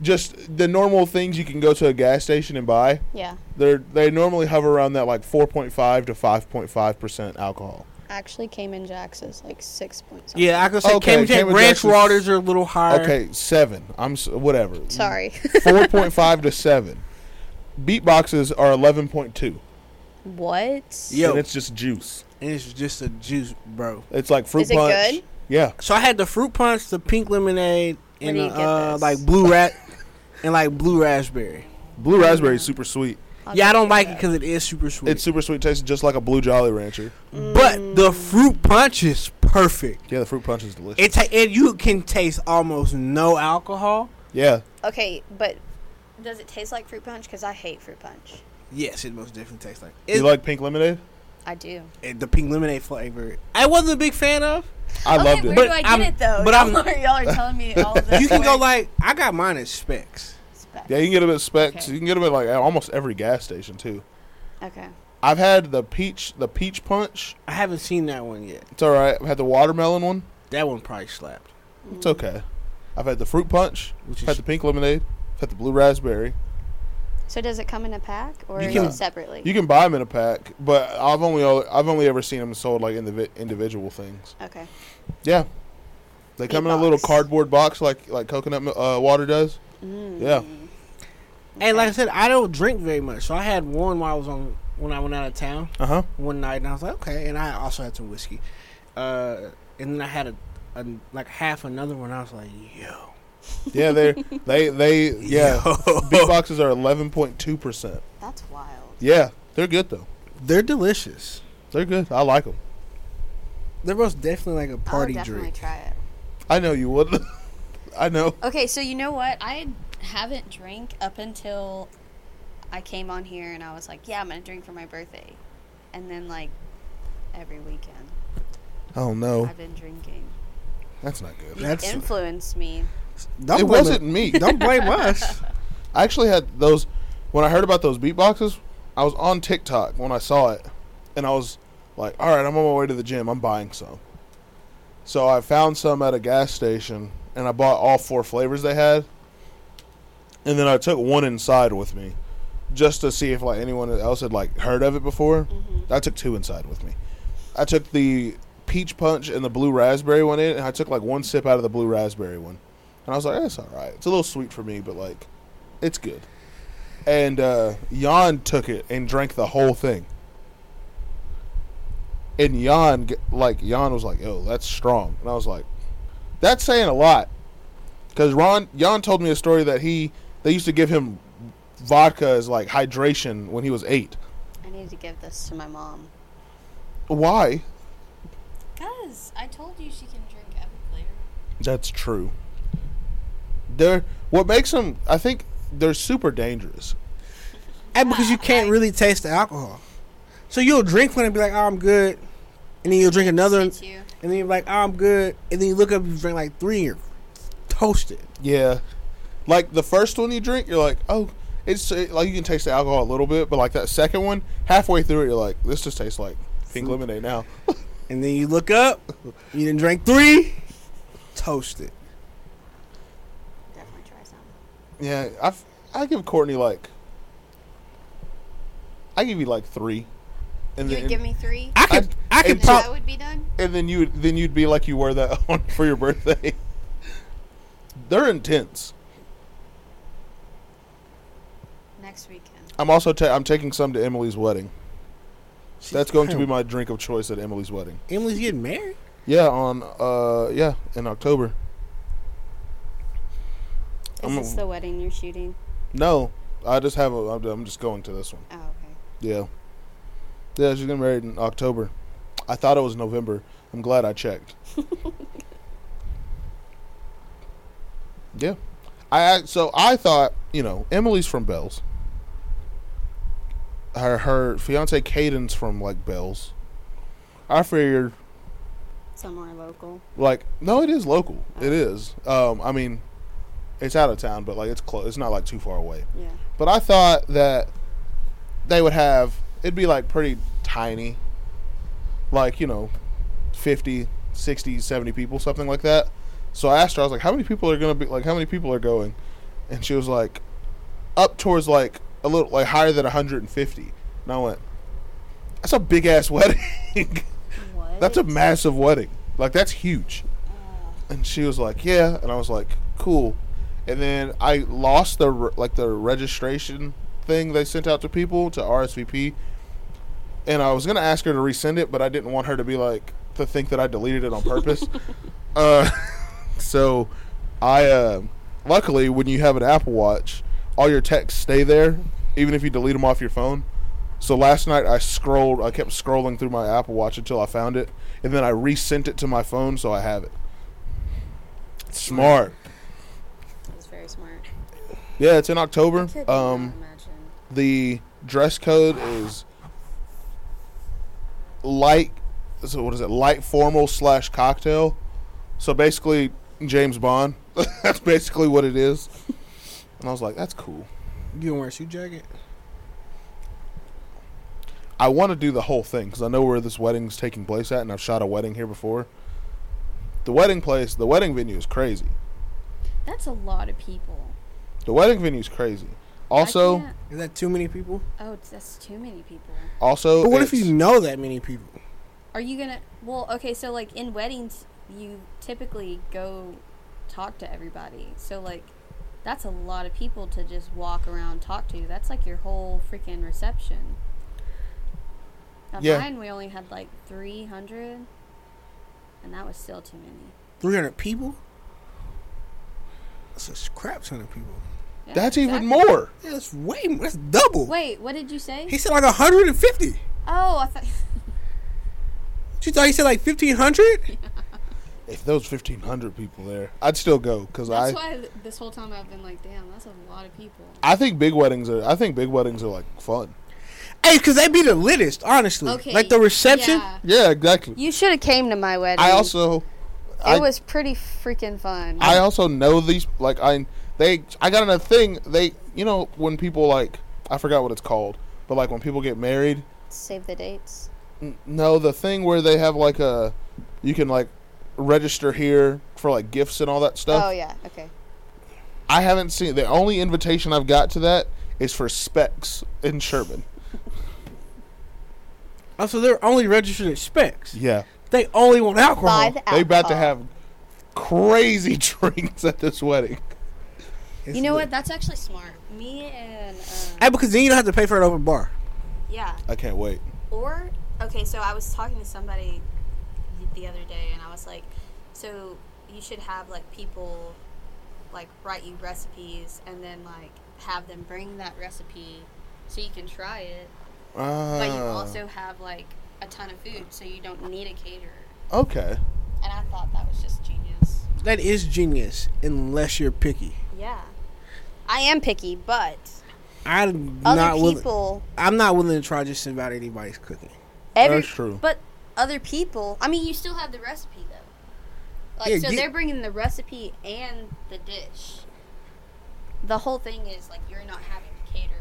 B: just the normal things you can go to a gas station and buy.
C: Yeah.
B: They're they normally hover around that like 4.5 to 5.5 percent alcohol.
C: actually Cayman Jacks is like six points.
A: Yeah, I could say
B: Okay,
A: Cayman Jack
B: Cayman
A: ranch
B: Jack's is-
A: waters are a little higher.
B: Okay, seven. I'm s- whatever.
C: Sorry.
B: Four point five to seven. Beatboxes are eleven point two.
C: what?
A: Yo.
B: and it's just juice.
A: and it's just a juice, bro.
B: It's like fruit
C: Is it
B: punch.
C: good?
B: Yeah,
A: So I had the fruit punch, the pink lemonade,
C: Where
A: and
C: do
A: the,
C: you get
A: uh,
C: this?
A: like blue rat, and like blue raspberry.
B: blue raspberry is super sweet.
C: I'll
A: Yeah, I
C: check
A: don't
C: it
A: like it
C: out.
A: because it is super sweet.
B: It's super sweet. Tastes just like a blue Jolly Rancher.
C: Mm.
A: but the fruit punch is perfect.
B: Yeah, the fruit punch is delicious.
A: It ta- and you can taste almost no alcohol.
B: yeah,
C: Okay, but does it taste like fruit punch? Because I hate fruit punch.
A: Yes, it most definitely tastes like.
B: you
A: It,
B: like pink lemonade?
C: I do.
A: it- the pink lemonade flavor. I wasn't a big fan of.
B: I
C: okay,
B: loved
C: where
B: it.
A: But
C: do I get
A: I'm-
C: it though?
A: but
C: But
A: I'm-
C: y'all, are, y'all are telling me all of this.
A: You can go
C: work
A: like I got mine at Specs.
C: spec.
B: Yeah, you can get them at Specs.
C: Okay.
B: You can get them at like almost every gas station too.
C: Okay.
B: I've had the peach, the peach punch.
A: I haven't seen that one yet.
B: It's all right. I've had the watermelon one.
A: That one probably slapped.
B: It's okay. I've had the fruit punch.
A: Which
B: I've had
A: is
B: the pink lemonade. I've had the blue raspberry.
C: So does it come in a pack or
A: You
C: is
A: can-
C: it separately?
B: You can buy them in a pack, but I've only I've only ever seen them sold like indivi- individual things.
C: okay.
B: Yeah, they come in a little
C: box.
B: cardboard box like like coconut mi- uh, water does. Yeah,
A: and like I said, I don't drink very much, so I had one while I was on when I went out of town
B: uh huh.
A: one night, and I was like, okay. And I also had some whiskey, uh, and then I had a, a like half another one. I was like, yo,
B: Yeah, they they they yeah. Beat
A: yo.
B: boxes are eleven point two percent.
C: That's wild.
B: Yeah, they're good though.
A: they're delicious.
B: They're good. I like them.
A: They're most definitely like a party
C: I'll Oh, definitely
A: drink.
C: try it.
B: I know you would. I know.
C: Okay, so you know what? I haven't drank up until I came on here and I was like, yeah, I'm going to drink for my birthday. And then, like, every weekend,
B: Oh no,
C: I've been drinking.
B: that's not good.
C: You
A: That's-
C: influenced me.
A: Don't
B: it
A: blame
B: wasn't me.
A: Don't blame us.
B: I actually had those when I heard about those beatboxes. I was on TikTok when I saw it, and I was like, "All right, I'm on my way to the gym. I'm buying some." So I found some at a gas station, and I bought all four flavors they had, and then I took one inside with me, just to see if like anyone else had like heard of it before. I took two inside with me. I took the peach punch and the blue raspberry one in, and I took like one sip out of the blue raspberry one, and I was like, "That's all right. It's a little sweet for me, but like." It's good. And uh, Jan took it and drank the whole thing. And Jan, g- like Jan, was like, "Yo, that's strong," and I was like, "That's saying a lot." Because Ron, Jan told me a story that he they used to give him vodka as like hydration when he was eight.
C: I need to give this to my mom.
B: Why?
C: Because I told you she can drink every flavor.
B: That's true. They're what makes them. I think they're super dangerous.
A: And because you can't really taste the alcohol. So you'll drink one and be like, oh, I'm good. And then you'll drink another, and
C: Since you.
A: then you're like, oh, I'm good. And then you look up, you drink like three, and you're toasted.
B: Yeah, like the first one you drink, you're like, oh, it's it, like you can taste the alcohol a little bit, but like that second one, halfway through it, you're like, this just tastes like pink lemonade now.
A: And then you look up, you didn't drink three, toasted.
C: Definitely try some.
B: yeah, I I give Courtney like, I give you like three, and
C: You would give me three?
A: I could, I,
B: I-
A: could
C: and
A: pop.
C: I would be done?
B: and then you would- then you'd be like you were that on for your birthday. They're intense.
C: Next weekend.
B: I'm also ta- I'm taking some to Emily's wedding. That's going to be my drink of choice at Emily's wedding.
A: Emily's getting married.
B: Yeah, on uh yeah, in October.
C: Is
B: I'm-
C: this the wedding you're shooting?
B: No, I just have a. I'm- I'm just going to this one.
C: Oh, okay.
B: Yeah, yeah. She's getting married in October. I thought it was November. I'm glad I checked. yeah, I I- so I thought you know Emily's from Bells. Her her fiance Caden's from like Bells. I figured
C: Somewhere local.
B: like no, it is local. It is. Um, I mean, it's out of town, but like it's close. It's not like too far away.
C: Yeah.
B: But I thought that they would have it'd be like pretty tiny. Like, you know, 50, 60, 70 people, something like that. So I asked her I was like, "How many people are going to be like how many people are going?" And she was like up towards like a little like higher than 150. And I went, "That's a big ass wedding."
C: What?
B: That's a massive wedding. Like that's huge. And she was like, "Yeah," and I was like, "Cool." And then I lost the re- like the registration thing they sent out to people to RSVP, and I was gonna ask her to resend it, but I didn't want her to be like to think that I deleted it on purpose. uh, so I uh, luckily when you have an Apple Watch, all your texts stay there, even if you delete them off your phone. So last night I scrolled, I kept scrolling through my Apple Watch until I found it, and then I resent it to my phone, so I have it. Smart.
C: That's very smart.
B: Yeah, it's in October.
C: Could
B: Um,
C: not imagine.
B: the dress code is light. So what is it? Light formal slash cocktail. So basically, James Bond. that's basically what it is. And I was like, that's cool.
A: You gonna wear a suit jacket?
B: I want to do the whole thing because I know where this wedding's taking place at, and I've shot a wedding here before. The wedding place, the wedding venue is crazy.
C: That's a lot of people.
B: The wedding venue is crazy.
C: I
B: Also,
C: can't-
A: Is that too many people?
C: oh, it's- that's too many people.
B: also,
A: But what if
B: it's-
A: you know that many people?
C: Are you gonna? Well, okay. So like in weddings, you typically go talk to everybody. So like, that's a lot of people to just walk around talk to. That's like your whole freaking reception. At
B: Yeah.
C: mine, we only had like three hundred, and that was still too many.
A: Three hundred people. That's a crap ton of people.
C: Yeah,
B: That's even
C: exactly.
B: more.
A: Yeah, that's way. more- That's double.
C: Wait, what did you say?
A: He said like hundred and fifty.
C: oh, I thought.
A: She thought he said like fifteen hundred.
B: If there was fifteen hundred people there, I'd still go because I,
C: That's why this whole time I've been like, damn, that's a lot of people.
B: I think big weddings are. I think big weddings are like fun.
A: Hey, because they be the littest, honestly.
C: Okay,
A: Like the reception.
C: yeah.
B: Yeah, exactly.
C: You should have came to my wedding.
B: I also,
C: It
B: I,
C: was pretty freaking fun.
B: I also know these. Like I, they, I got in a thing. They, you know, when people like, I forgot what it's called, but like when people get married,
C: Save the dates.
B: N- No, the thing where they have like a, you can like register here for like gifts and all that stuff.
C: Oh yeah, okay.
B: I haven't seen the only invitation I've got to that is for Specs in Sherman.
A: Oh, so they're only registered at Specs.
B: Yeah,
A: They only want alcohol.
C: Five
B: Oh. they about to
C: alcohol.
B: have crazy drinks at this wedding.
A: It's
C: You know
A: lit.
C: what? That's actually smart. Me and uh,
A: Hey, because then you don't have to pay for an open bar.
C: yeah.
B: I can't wait.
C: Or okay, so I was talking to somebody the other day, and I was like, so you should have like people like write you recipes, and then like have them bring that recipe so you can try it. But you
B: Ah,
C: also have like a ton of food, so you don't need a caterer.
B: okay.
C: And I thought that was just genius.
A: That is genius, unless you're picky.
C: Yeah, I am picky, but
A: I'm
C: other
A: not willing.
C: people.
A: I'm not willing to try just about anybody's cooking.
C: Every,
B: That's true.
C: But other people, I mean, you still have the recipe though. Like,
A: Yeah,
C: so
A: get-
C: they're bringing the recipe and the dish. The whole thing is like you're not having to cater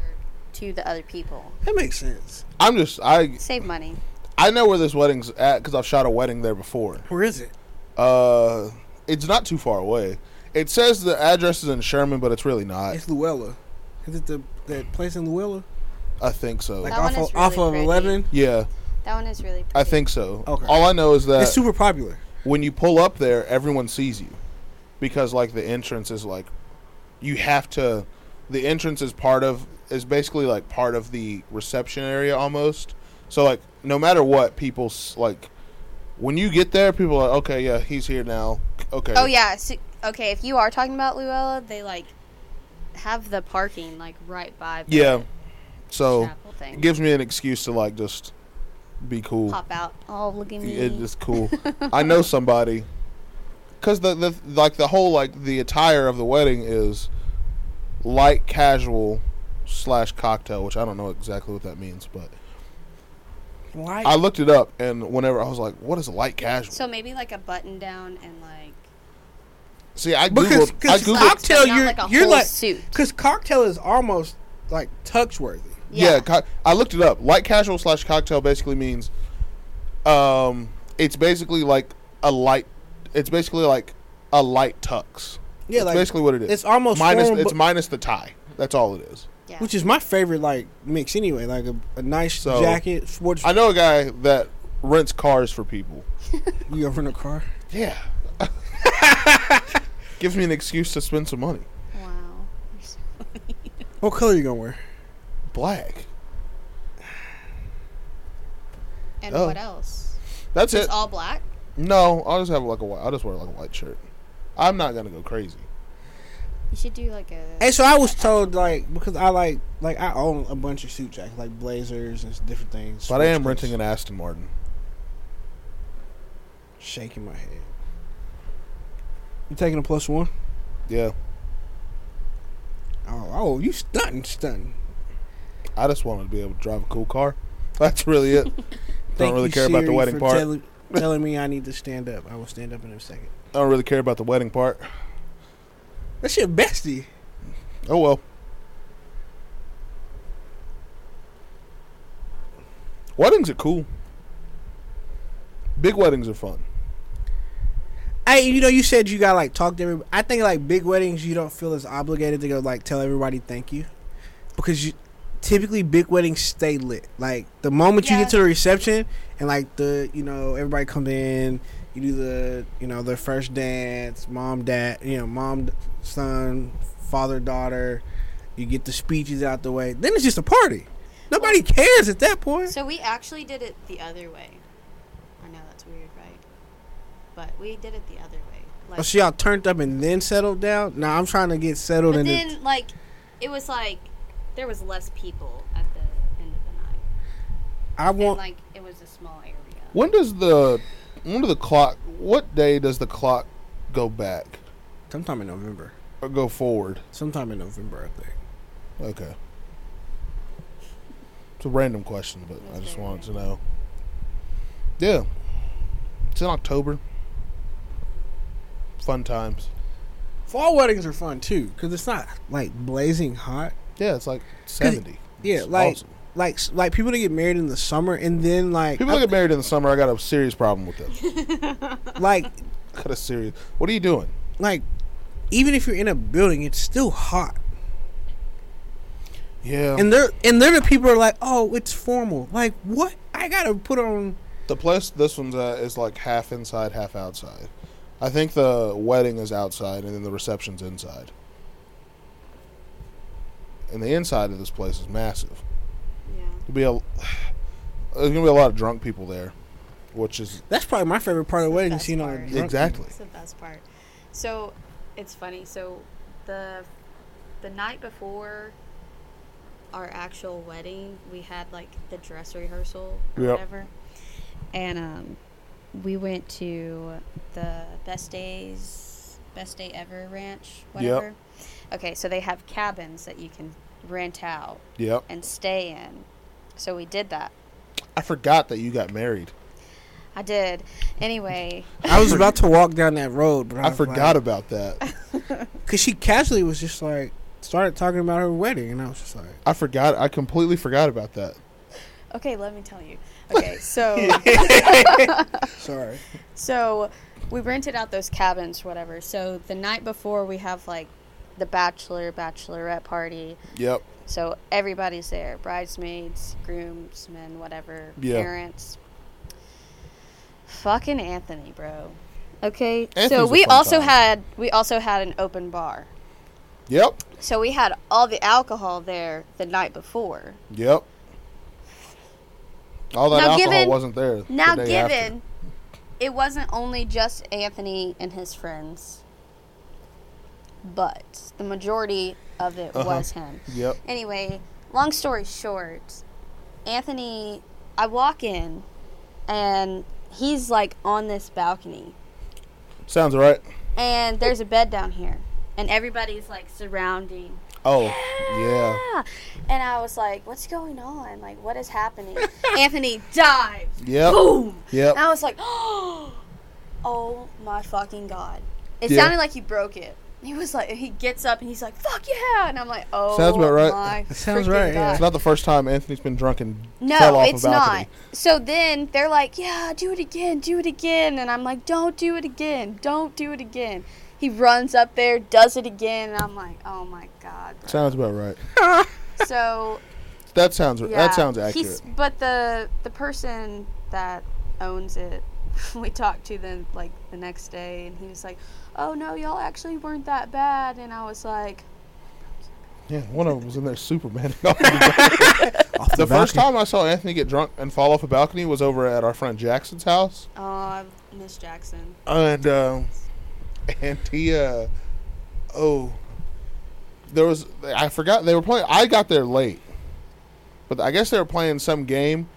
C: to the other people.
A: That makes sense.
B: I'm just I
C: Save money.
B: I know where this wedding's at because I've shot a wedding there before.
A: Where is it?
B: Uh, it's not too far away. It says the address is in Sherman, but it's really not.
A: It's Luella. Is it the that place in Luella?
B: I think so.
A: Like
C: That
A: off
C: one
A: of,
C: is really
A: off of
C: pretty.
A: eleven.
B: Yeah,
C: That one is really. Pretty.
B: I think so.
A: Okay.
B: All I know is that
A: it's super popular.
B: when you pull up there, everyone sees you because like the entrance is like you have to. The entrance is part of is basically like part of the reception area almost. So like no matter what, people s- like when you get there, people are like, okay, yeah, he's here now. Okay.
C: Oh yeah. So, okay, if you are talking about Luella, they like have the parking like right by the
B: Yeah. oh, So
C: chapel thing.
B: it gives me an excuse to like just be cool.
C: Pop out. Oh, look at me.
B: It is cool. I know somebody. Cause the the like the whole like the attire of the wedding is light casual slash cocktail, which I don't know exactly what that means, but
A: Why?
B: I looked it up and whenever I was like, "What is light casual?"
C: so maybe like a button down and like
B: See, I
A: because
B: googled. I
A: cause
B: googled.
C: socks,
A: cocktail,
C: but not
A: you're
C: like a
A: you're
C: whole
A: like
C: suit.
A: because cocktail is almost like tux worthy.
B: yeah, co- I looked it up. Light casual slash cocktail basically means, um, it's basically like a light. It's basically like a light tux.
A: Yeah,
B: It's
A: like
B: basically what it is.
A: it's almost
B: minus.
A: formal,
B: it's
A: but-
B: minus the tie. That's all it is.
C: yeah.
A: Which is my favorite like mix anyway. Like a, a nice
B: So,
A: jacket, sports.
B: I know a guy that rents cars for people.
A: You ever in a car?
B: Yeah. Gives me an excuse to spend some money.
C: wow.
A: What color you gonna wear?
B: Black.
C: And
B: Oh.
C: what else?
B: That's
C: Just
B: it.
C: all black.
B: No, I'll just have like a white. I'll just wear like a white shirt. I'm not gonna go crazy.
C: You should do like a.
A: And so I was told like because I like like I own a bunch of suit jackets like blazers and different things.
B: But I am renting an Aston Martin.
A: Shaking my head. You taking a plus one?
B: Yeah,
A: Oh, oh, you stunting, stunting.
B: I just want to be able to drive a cool car. That's really it.
A: Thank
B: Don't really
A: you,
B: care about the
A: Siri,
B: wedding
A: for
B: part.
A: Telling, telling me I need to stand up. I will stand up in a second.
B: I don't really care about the wedding part.
A: That shit bestie.
B: Oh well. Weddings are cool. Big weddings are fun.
A: Hey, you know, you said you got like talk to everybody. I think like big weddings, you don't feel as obligated to go like tell everybody thank you, because you typically big weddings stay lit. Like the moment you
C: Yeah.
A: get to the reception and like the you know everybody comes in, you do the you know the first dance, mom, dad, you know mom, son, father, daughter. You get the speeches out the way. Then it's just a party. Nobody cares at that point.
C: So we actually did it the other way. I know that's weird, right? But we did it the other way. Like,
A: Oh, so y'all turned up and then settled down. Now I'm trying to get settled
C: but
A: in.
C: then,
A: the,
C: like, it was like there was less people at the end of the night,
A: I
C: and
A: want
C: like it was a small area.
B: When does the when do the clock? What day does the clock go back
A: sometime in November.
B: or go forward?
A: Sometime in November, I think.
B: Okay. It's a random question, but I
C: That's
B: just
C: very
B: wanted to know. Yeah. It's in October. Fun times.
A: Fall weddings are fun too, cause it's not like blazing hot.
B: Yeah, it's like 70.
A: Yeah,
B: It's
A: like
B: awesome.
A: like like people that get married in the summer and then like
B: People that get married in the summer, I got a serious problem with that.
A: like
B: I got a serious. What are you doing?
A: like even if you're in a building, it's still hot.
B: Yeah.
A: And they're and they're the people who are like, oh, it's formal. Like what? I gotta put on.
B: the place this one's at is like half inside, half outside. I think the wedding is outside and then the reception's inside. And the inside of this place is massive.
C: Yeah.
B: There'll be a there's gonna be a lot of drunk people there, which is
A: That's probably my favorite part of the wedding
C: Best
A: scene. On
C: part.
A: drunk-
B: exactly
C: That's the best part. So it's funny. So the the night before our actual wedding, we had like the dress rehearsal or
B: Yep.
C: whatever, and um, we went to the best days, best day ever ranch, whatever. Okay, so they have cabins that you can rent out
B: yep.
C: and stay in. So we did that.
B: I forgot that you got married.
C: I did. Anyway,
A: I was about to walk down that road, but I,
B: I
A: was like,
B: forgot about that.
A: because she casually was just like started talking about her wedding, and I was just like,
B: I forgot. I completely forgot about that.
C: okay, let me tell you. Okay, so
A: sorry.
C: So we rented out those cabins, whatever. So the night before, we have like the bachelor, bachelorette party.
B: Yep.
C: So everybody's there bridesmaids, groomsmen, whatever,
B: Yeah.
C: parents. Fucking Anthony, bro. Okay. so
B: Anthony's a
C: we
B: fun
C: also
B: time.
C: had we also had an open bar.
B: Yep.
C: So we had all the alcohol there the night before.
B: Yep. All that
C: Now
B: alcohol
C: given-
B: wasn't there. the
C: Now,
B: day
C: given
B: after.
C: it wasn't only just Anthony and his friends, but the majority of it
B: Uh-huh.
C: was him.
B: Yep.
C: Anyway, long story short, Anthony, I walk in and he's like on this balcony,
B: Sounds right.
C: and there's a bed down here, and everybody's like surrounding
B: Oh, yeah.
C: Ah. And I was like, what's going on? Like, what is happening? Anthony dives.
B: Yep.
C: Boom.
B: Yep.
C: And I was like, oh my fucking god. It
B: Yeah.
C: sounded like he broke it. He was like, he gets up and he's like, fuck yeah. And I'm like, oh
B: Sounds about right.
C: my
A: Sounds
C: freaking
A: right, yeah.
C: God.
B: It's not the first time Anthony's been drunk and fell
C: No,
B: off
C: it's
B: a balcony.
C: not. So then they're like, yeah, do it again, do it again. And I'm like, don't do it again, don't do it again. He runs up there, does it again. And I'm like, oh my god. bro."
B: Sounds about right.
C: So
B: That sounds
C: Yeah.
B: that sounds accurate.
C: He's- but the the person that owns it, we talked to them like the next day, and he was like, "Oh no, y'all actually weren't that bad." And I was like,
B: Yeah, one of them was in there Superman. off the
E: Off
B: the first
E: balcony.
B: time I saw Anthony get drunk and fall off a balcony was over at our friend Jackson's house,
C: "Oh, I miss Jackson."
B: and um, and he, uh, oh, there was I forgot they were playing. I got there late, but I guess they were playing some game.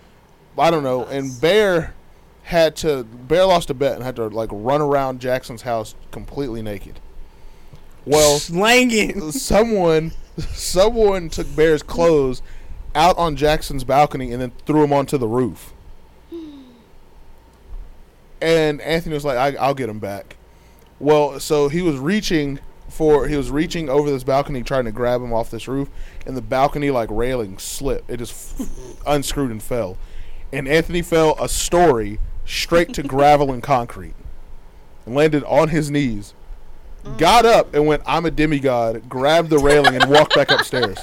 B: I don't know. And Bear had to Bear lost a bet and had to like run around Jackson's house completely naked. Well,
A: slanging.
B: someone someone took Bear's clothes out on Jackson's balcony and then threw him onto the roof. And Anthony was like, I, "I'll get him back." Well, so he was reaching for he was reaching over this balcony trying to grab him off this roof, and the balcony like railing slipped. It just unscrewed and fell, and Anthony fell a story straight to gravel and concrete, and landed on his knees got up and went, I'm a demigod, grabbed the railing and walked back upstairs.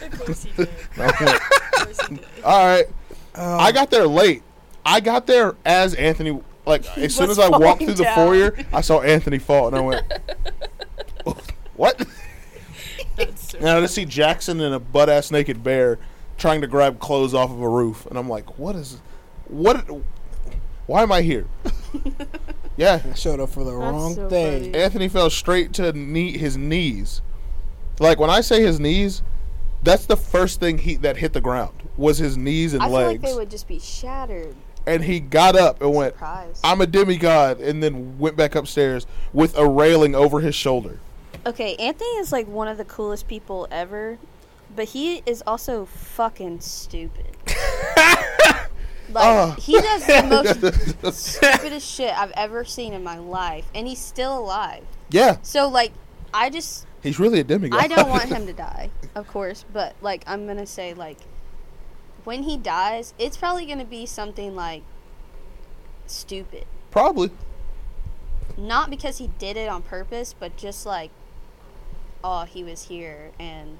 C: Of course he did.
B: I went,
C: Of course he did.
B: All right.
C: Oh.
B: I got there late. I got there as Anthony, like, as soon
C: was
B: as I walked
C: falling
B: through the
C: down.
B: foyer, I saw Anthony fall and I went, What?
C: That's so
B: And I just see Jackson and a butt ass naked bear trying to grab clothes off of a roof. And I'm like, What is, what, why am I here? yeah.
A: I showed up for the wrong
C: so
A: thing.
C: funny.
B: Anthony fell straight to knee, his knees. Like when I say his knees, that's the first thing he that hit the ground was his knees and
C: I feel
B: legs.
C: like they would just be shattered.
B: and he got up and went,
C: Surprised.
B: "I'm a demigod," and then went back upstairs with a railing over his shoulder.
C: Okay, Anthony is like one of the coolest people ever, but he is also fucking stupid. like
B: Ah.
C: he does the most stupidest shit I've ever seen in my life, and he's still alive.
B: yeah,
C: So like, I just
B: he's really a demigod.
C: I don't want him to die, of course, but like I'm gonna say like when he dies, it's probably gonna be something like stupid.
B: Probably.
C: Not because he did it on purpose, but just like oh he was here and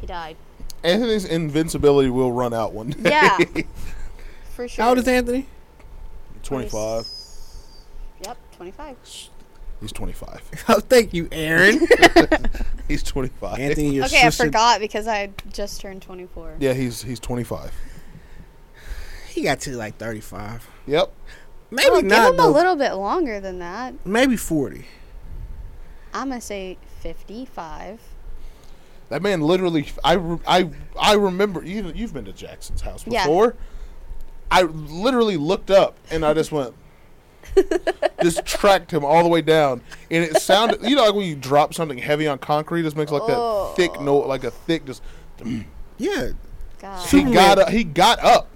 C: he died.
B: Anthony's invincibility will run out one day.
C: Yeah. For sure.
A: How old is Anthony?
B: twenty-five.
C: Yep, twenty five.
B: He's twenty-five.
A: Oh, thank you, Aaron.
B: He's twenty-five.
A: Anthony, your
C: Okay, I
A: sister-
C: forgot because I had just turned twenty four.
B: Yeah, he's he's twenty-five.
A: He got to like 35.
B: Yep.
A: Maybe
C: Well, give
A: not.
C: him
A: though.
C: a little bit longer than that.
A: Maybe 40.
C: I'm gonna say fifty five.
B: That man literally. I re- I I remember you. You've been to Jackson's house
C: Yeah.
B: before. I literally looked up and I just went, just tracked him all the way down, and it sounded. You know, like when you drop something heavy on concrete, it just makes like
C: Oh.
B: that thick noise, like a thick. Just
A: Yeah.
C: God.
B: he
A: Superman.
B: got up. He got up.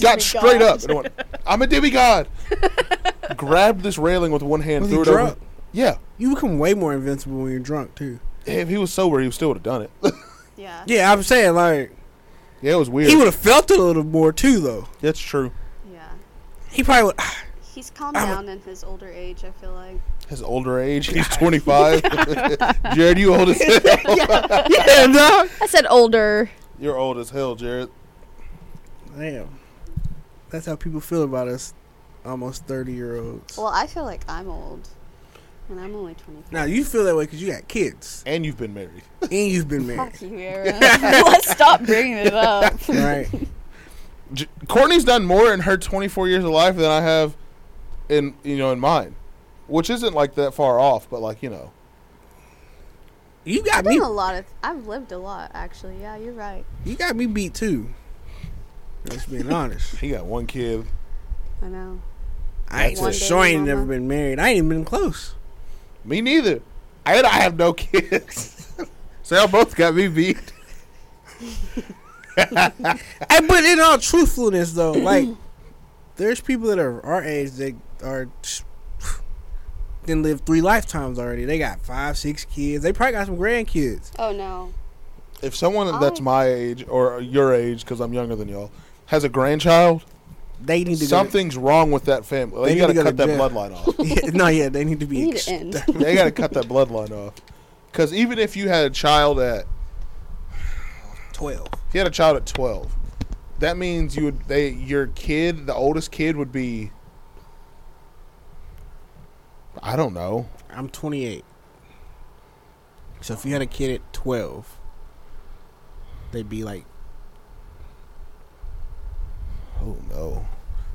B: got straight up and went. I'm a demigod. Grabbed this railing with one hand,
A: Was he
B: threw it
A: drunk?
B: over. Yeah,
A: You become way more invincible when you're drunk, too.
B: if he was sober, he still would have done it.
C: Yeah.
A: Yeah, I'm saying, like,
B: yeah, it was weird.
A: he would have felt it a little more, too, though.
B: That's true.
C: Yeah.
A: He probably would.
C: He's calmed
A: I'm a-
C: down in his older age, I feel like.
B: his older age. He's 25. Jared, you old as hell.
A: yeah, dog.
C: I said older.
B: You're old as hell, Jared.
A: Damn. That's how people feel about us, almost 30 year olds.
C: Well, I feel like I'm old. And I'm only 24.
A: now, you feel that way because you got kids
B: And you've been married.
A: and you've been married.
C: Fuck you, Aaron. Let's stop bringing it up.
A: right?
B: J- Courtney's done more in her 24 years of life than I have in you know in mine, which isn't like that far off, but like you know,
A: You got
C: I've
A: me.
C: done a lot of. I've lived a lot, actually. Yeah, you're right.
A: You got me beat, too. Just being honest.
B: he got one kid.
C: I know.
A: I ain't for
C: One
A: sure I
C: baby
A: ain't never
C: mama.
A: been married. I ain't even been close.
B: Me neither. And I have no kids. so y'all both got me beat.
A: Hey, but in all truthfulness, though, like there's people that are our age that are then live three lifetimes already. They got five, six kids. They probably got some grandkids.
C: Oh, no.
B: If someone
C: I-
B: that's my age or your age, because I'm younger than y'all, has a grandchild,
A: They need to go-
B: something's wrong with that family.
A: They
B: They,
A: need
B: gotta
A: to go to
B: cut that
A: jail.
B: bloodline off.
A: Yeah, no, yeah, they need to be.
C: We need
A: ex-
C: to end.
B: they gotta cut that bloodline off. Because even if you had a child at,
A: Twelve.
B: if you had a child at twelve, that means you would they your kid, the oldest kid would be I don't know.
A: I'm 28. So if you had a kid at 12, they'd be like
B: Oh no.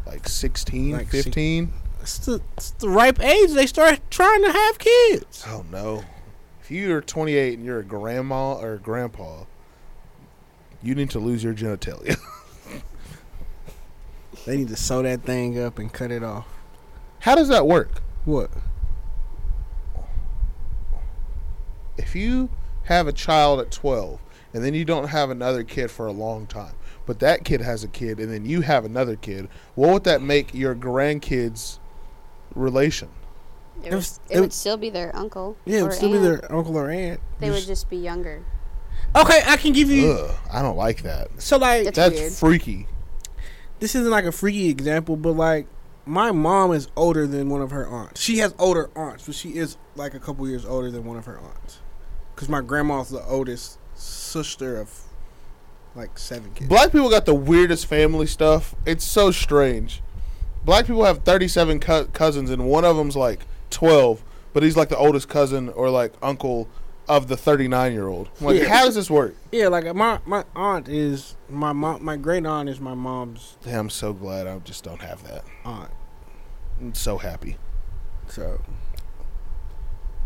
B: Like 16,
A: Like six-
B: 15?
A: it's the, it's the ripe age they start trying to have kids.
B: Oh no. If you're 28 and you're a grandma or a grandpa, you need to lose your genitalia.
A: They need to sew that thing up and cut it off.
B: How does that work?
A: What?
B: If you have a child at 12 and then you don't have another kid for a long time, but that kid has a kid and then you have another kid, what would that make your grandkids' relation?
C: It
A: It
C: would,
A: was- it
C: it would
A: would-
C: still be their uncle.
A: Yeah, it
C: or
A: would still be
C: aunt.
A: their uncle or aunt.
C: They would
A: Just-
C: just be younger.
A: okay, I can give you.
B: Ugh, I don't like that.
A: So like,
C: That's
B: That's
C: weird.
B: freaky.
A: this isn't like a freaky example, but like my mom is older than one of her aunts. She has older aunts, but she is like a couple years older than one of her aunts. Because my grandma's the oldest sister of like seven kids.
B: Black people got the weirdest family stuff. It's so strange. Black people have 37 co- cousins, and one of them's like 12, but he's like the oldest cousin or like uncle of the 39 year old. Like,
A: Yeah.
B: how does this work?
A: Yeah, like my my aunt is my mom. My great aunt is my mom's
B: Damn, I'm so glad I just don't have that.
A: aunt.
B: I'm so happy.
A: So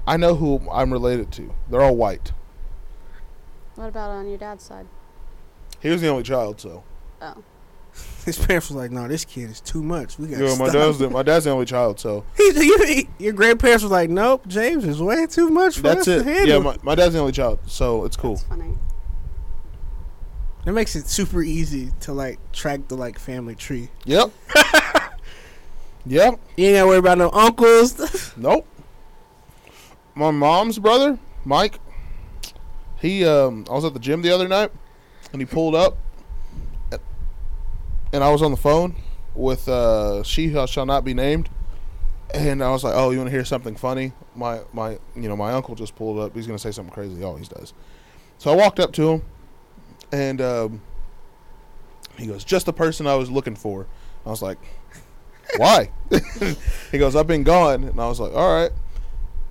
B: I know who I'm related to. They're all white.
C: What about on your dad's side?
B: He was the only child, so.
C: Oh,
A: his parents was like, "No, this kid is too much. We got."
B: Yeah, my dad's the, my dad's the only child, so
A: your grandparents was like, "Nope, James is way too much for
B: that's
A: us to
B: it.
A: handle."
B: Yeah, my, my dad's the only child, so it's cool.
C: it's funny.
A: that makes it super easy to like track the like family tree.
B: Yep. yep.
A: You ain't gotta worry about no uncles.
B: Nope. My mom's brother, Mike. He, um, I was at the gym the other night, and he pulled up, and I was on the phone with uh, she who shall not be named, and I was like, "Oh, you want to hear something funny? My, my, you know, my uncle just pulled up. He's gonna say something crazy. He always does." So I walked up to him, and um, he goes, "Just the person I was looking for." I was like, "Why?" He goes, I've been gone. And I was like, all right.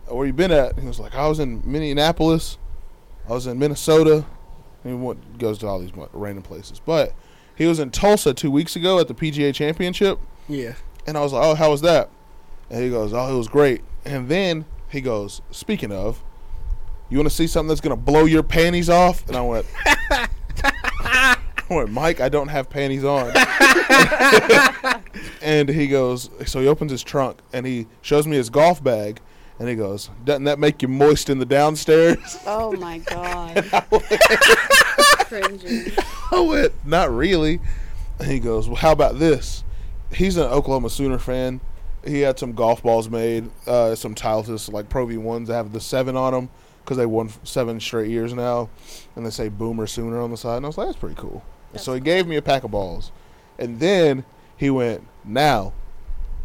B: Where you been at? He was like, I was in Minneapolis. I was in Minnesota. And he went, goes to all these mu- random places. But he was in Tulsa two weeks ago at the PGA Championship.
A: yeah.
B: And I was like, oh, how was that? And he goes, oh, it was great. And then he goes, speaking of, you want to see something that's going to blow your panties off? And I went, I went, Mike, I don't have panties on. and he goes, so he opens his trunk and he shows me his golf bag. And he goes, doesn't that make you moist in the downstairs?
C: Oh my god. Cringing.
B: I went, not really. And he goes, well, how about this? He's an Oklahoma Sooner fan. He had some golf balls made, uh, some Tilesis, like Pro V1s that have the seven on them because they won f- seven straight years now. And they say Boomer Sooner on the side. And I was like, that's pretty cool. And so he gave me a pack of balls. And then he went, now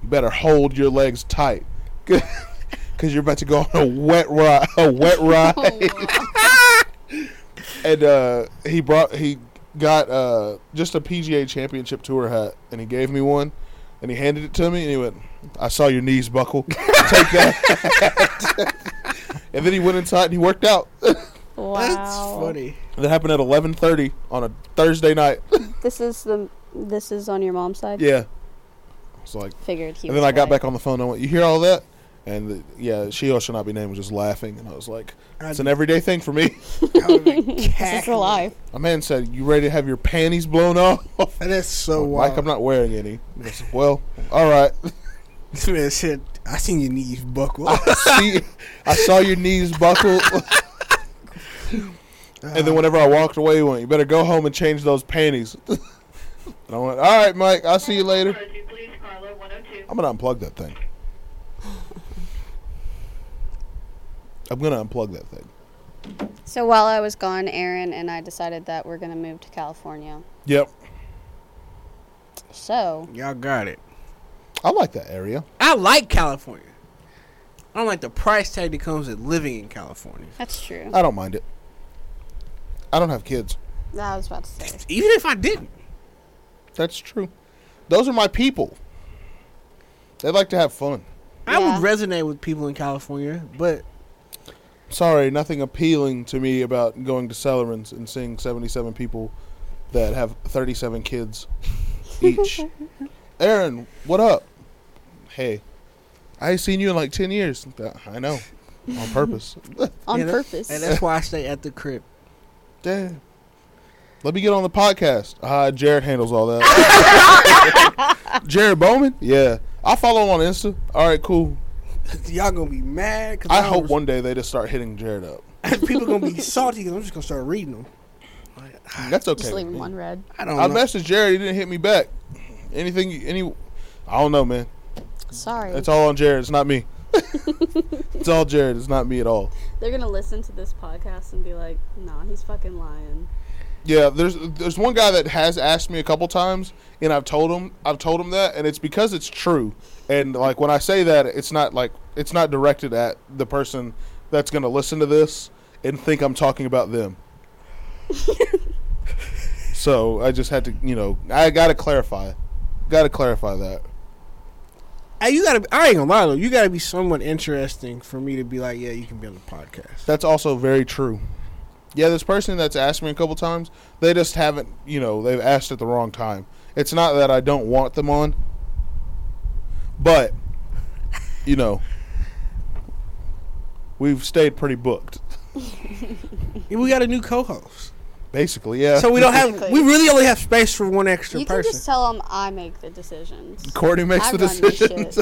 B: you better hold your legs tight because you're about to go on a wet ride. A wet ride
C: Oh, wow.
B: and uh, he brought he got uh, just a PGA Championship Tour hat, and he gave me one, and he handed it to me, and he went, "I saw your knees buckle. Take that." and then he went inside and he worked out.
A: That's funny.
B: that happened at eleven thirty on a Thursday night.
C: This is the this is on your mom's side.
B: yeah, it's like,
C: Figured he.
B: and then I got back on the phone. and I went, "You hear all that?" And the, yeah, she or shall not be named was just laughing, and I was like, "It's an everyday thing for me."
A: this
C: This is for life.
B: My man said, "You ready to have your panties blown off?"
A: That's so
B: Mike,
A: wild.
B: I'm not wearing any. He goes, well, all right.
A: This man said, I seen your knees buckle.
B: See, I saw your knees buckle. and then whenever I walked away, he went, you better go home and change those panties. and I went, all right, Mike, I'll see you later.
D: Rosie, please, Carlo 102.
B: I'm going to unplug that thing. I'm going to unplug that thing.
C: So while I was gone, Aaron and I decided that we're gonna move to California.
B: Yep.
C: So
A: Y'all got it.
B: I like that area.
A: I like California. I don't like the price tag that comes with living in California.
C: that's true.
B: I don't mind it. I don't have kids.
C: I was about to say.
A: Even if I didn't.
B: That's true. Those are my people. They like to have fun.
A: I would
C: Yeah.
A: resonate with people in California, but
B: Sorry, nothing appealing to me about going to Celerins and seeing 77 people that have 37 kids each. Aaron, what up? Hey, I ain't seen you in like 10 years. Uh, I know, on purpose.
A: Yeah,
E: on
A: that-
E: purpose.
A: and that's why I stay at the crib.
B: Damn. Let me get on the podcast. Uh, Jared handles all that. Jared Bowman? Yeah. I follow him on Insta. All right, cool.
A: Y'all gonna be mad. Cause
B: I
A: don't
B: hope
A: res-
B: one day they just start hitting Jared up.
A: people gonna be salty. Cause I'm just gonna start reading them. Like,
B: That's okay.
E: Just
B: with
E: leave
B: me.
E: him on red.
A: I don't.
B: I
A: know.
B: messaged Jared. He didn't hit me back. Anything, any, I don't know, man.
E: Sorry.
B: It's all on Jared. It's not me. it's all Jared. It's not me at all.
C: They're gonna listen to this podcast and be like, "Nah, he's fucking lying."
B: Yeah, there's there's one guy that has asked me a couple times, and I've told him I've told him that, and it's because it's true. And like when I say that, it's not like it's not directed at the person that's gonna listen to this and think I'm talking about them. so I just had to, you know, I gotta clarify, gotta clarify that.
A: Hey, you gotta. Be, I ain't gonna lie though. You gotta be someone interesting for me to be like, yeah, you can be on the podcast.
B: That's also very true. Yeah, this person that's asked me a couple times, they just haven't, you know, they've asked at the wrong time. It's not that I don't want them on, but, you know, we've stayed pretty booked,
A: We got a new co-host,
B: basically. Yeah.
A: so we don't have.
E: Exactly.
A: We really only have space for one extra
C: You can
A: person.
C: just tell them I make the decisions,
B: Courtney makes
C: I
B: the
C: run this
B: decisions.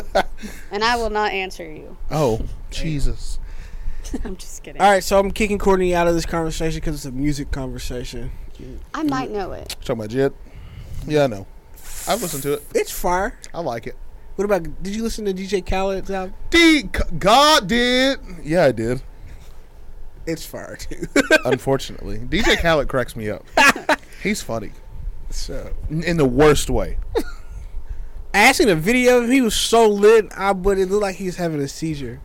C: and I will not answer you.
B: oh, Jesus.
C: I'm just kidding.
A: All right, so I'm kicking Courtney out of this conversation because it's a music conversation.
C: I might know it.
B: You talking about Jit? Yeah, I know. I've listened to it.
A: It's fire.
B: I like it.
A: What about? Did you listen to DJ Khaled's album?
B: D- God did. Yeah, I did.
A: It's fire too.
B: Unfortunately, DJ Khaled cracks me up. He's funny.
A: so
B: N- in the worst way.
A: I actually seen a video of him. He was so lit, I, but it looked like he was having a seizure.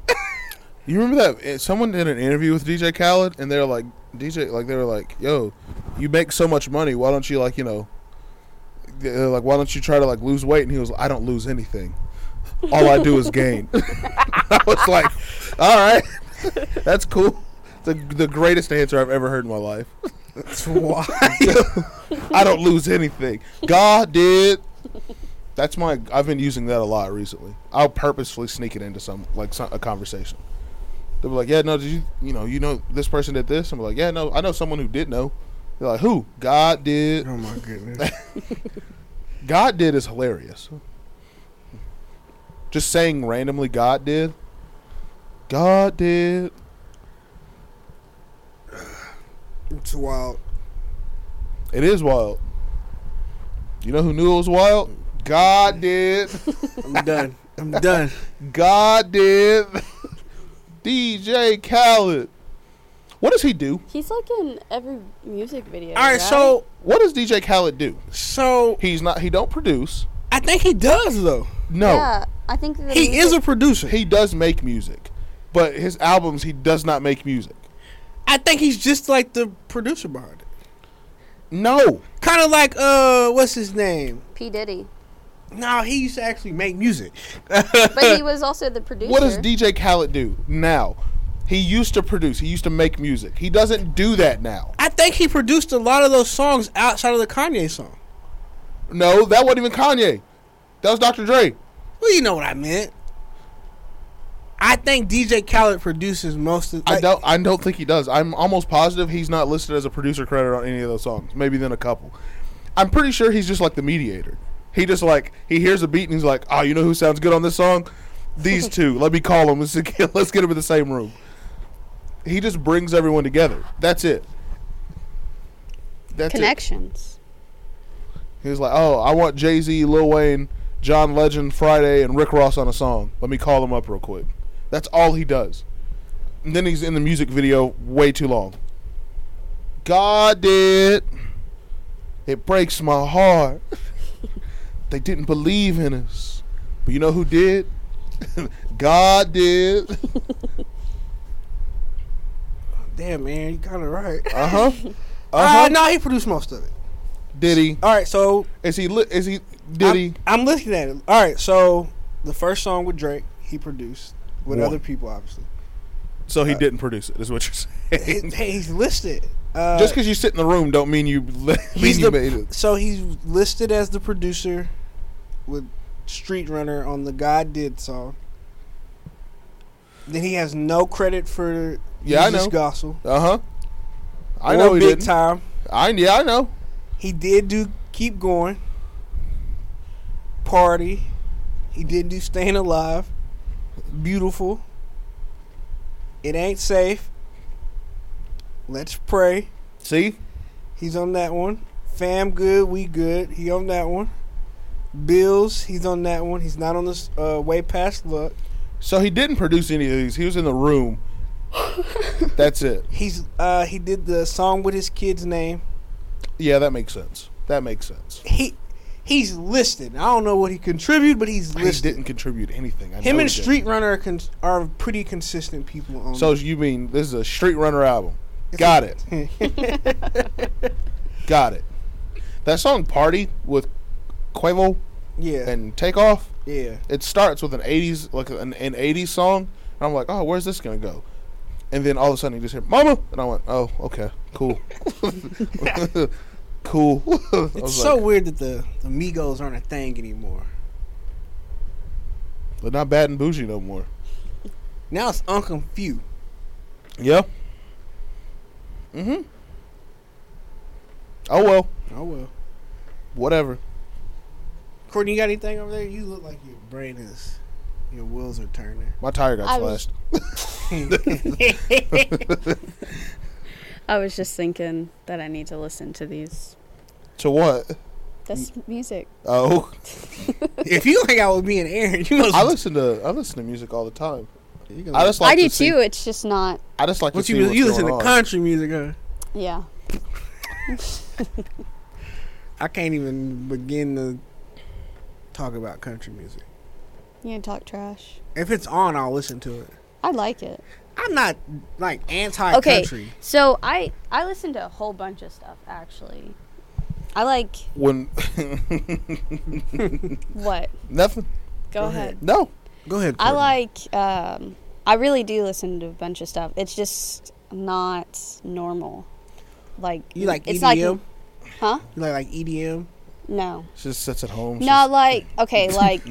B: You remember that uh, someone did an interview with DJ Khaled, and they're like, DJ, like they were like, "Yo, you make so much money, why don't you like, you know, they're uh, like, why don't you try to like lose weight?" And he was like, "I don't lose anything. All I do is gain." I was like, "All right, that's cool." The the greatest answer I've ever heard in my life.
A: That's why.
B: I don't lose anything. God did. That's my. I've been using that a lot recently. I'll purposefully sneak it into some like some, a conversation. They'll be like, "Yeah, no, did you you know you know this person did this?" I'm like, "Yeah, no, I know someone who did know." They're like, "Who? God did.
A: oh my goodness.
B: God did is hilarious." Just saying randomly, "God did." God did.
A: It's wild.
B: It is wild. You know who knew it was wild? God did.
A: I'm done. I'm done.
B: God did. DJ Khaled. What does he do?
C: He's like in every music video.
A: All right,
C: right?
A: so
B: What does DJ Khaled do?
A: so
B: He's not. He don't produce.
A: I think he does though.
B: No,
E: Yeah, I think that
A: He is a producer.
B: he does make music, but his albums he does not make music.
A: I think he's just like the producer behind it.
B: No,
A: Kind of like uh, what's his name?
C: P Diddy,
A: No, he used to actually make music.
C: but he was also the producer.
B: what does DJ Khaled do now? He used to produce. He used to make music. He doesn't do that now.
A: I think he produced a lot of those songs outside of the Kanye song.
B: No, that wasn't even Kanye. That was Dr. Dre.
A: Well, you know what I meant. I think DJ Khaled produces most of.
B: I
A: like,
B: don't. I don't think he does. I'm almost positive he's not listed as a producer credit on any of those songs. Maybe then a couple. I'm pretty sure he's just like the mediator. He just like he hears a beat and he's like, oh, you know who sounds good on this song? These two. Let me call them. Let's get, let's get them in the same room. He just brings everyone together. That's it. That's it.
C: connections?
B: He was like, oh, I want Jay Z, Lil Wayne, John Legend, Friday, and Rick Ross on a song. Let me call them up real quick. That's all he does. And then he's in the music video way too long. God did. It breaks my heart. they didn't believe in us. But you know who did? God did.
A: Damn man, you kind of right.
B: Uh huh.
A: Uh,
B: Uh huh.
A: no, he produced most of it.
B: Did he?
A: All right, so
B: Is he? Li- is he? Did he?
A: I'm, I'm looking at it. All right, so the first song with Drake, he produced with
B: One.
A: other people, obviously.
B: So he didn't produce Uh, it. Is what you're saying?
A: Hey, he's listed. Uh,
B: Just because you sit in the room, don't mean you. Mean
A: he's the-
B: you made it.
A: so he's listed as the producer with Street Runner on the God Did song. Then he has no credit for
B: Yeah, I
A: Jesus
B: know.
A: Gospel.
B: Uh huh. I
A: or
B: know he
A: Big
B: didn't.
A: Time.
B: I yeah, I know.
A: He did do Keep Going, Party. He did do Staying Alive, Beautiful, It Ain't Safe, Let's Pray.
B: See,
A: He's on that one. Fam Good, We Good. He on that one. Bills, he's on that one. He's not on this uh, Way Past Luck.
B: so he didn't produce any of these. He was in the room. That's it.
A: He's uh, he did the song with his kid's name.
B: Yeah, that makes sense. That makes sense.
A: He he's listed. I don't know what he contributed, but he's
B: He
A: listed.
B: didn't contribute anything. I
A: Him
B: know
A: and
B: he didn't.
A: Street Runner are, con- are pretty consistent people. On
B: So you mean this is a Street Runner album? Got it. Got it. That song "Party" with Quavo
A: yeah,
B: and Takeoff.
A: yeah,
B: It starts with an '80s like an, an '80s song, and I'm like, oh, where's this gonna go? And then all of a sudden you just hear "Mama," and I went, oh, okay, cool, cool. I
A: it's
B: was
A: so
B: like,
A: weird that the, the Migos aren't a thing anymore.
B: but not bad and bougie no more.
A: Now it's Uncle Few.
B: Yeah. Mm-hmm. Oh well,
A: Oh well,
B: whatever.
A: Courtney, you got anything over there? You look like your brain is, your wheels are turning.
B: My tire got
C: I was-
B: slashed.
C: I was just thinking that I need to listen to these.
B: To what?
C: That's music.
B: Oh,
A: if you hang out with me and Aaron, you must.
B: I listen to I listen to music all the time.
A: you gonna-
B: I just like
C: I do
B: to see,
C: too. It's just not.
B: I just like
A: what
B: to
A: you
B: see what's
A: you listen to
B: going on.
A: country music? Huh?
C: Yeah.
A: I can't even begin to talk about country music.
C: You can talk trash.
A: If it's on, I'll listen to it.
C: I like it.
A: I'm not like anti
C: Okay.
A: country.
C: So I I listen to a whole bunch of stuff actually. I like
B: when
C: what?
B: nothing.
C: Go,
A: Go
C: ahead.
A: ahead.
B: No,
A: Go ahead.
C: I
A: Courtney.
C: like um I really do listen to a bunch of stuff. It's just not normal. Like
A: You like
C: it's
A: EDM?
C: like huh?
A: you like like E EDM?
C: No.
B: she just sits at home.
C: No, like okay, like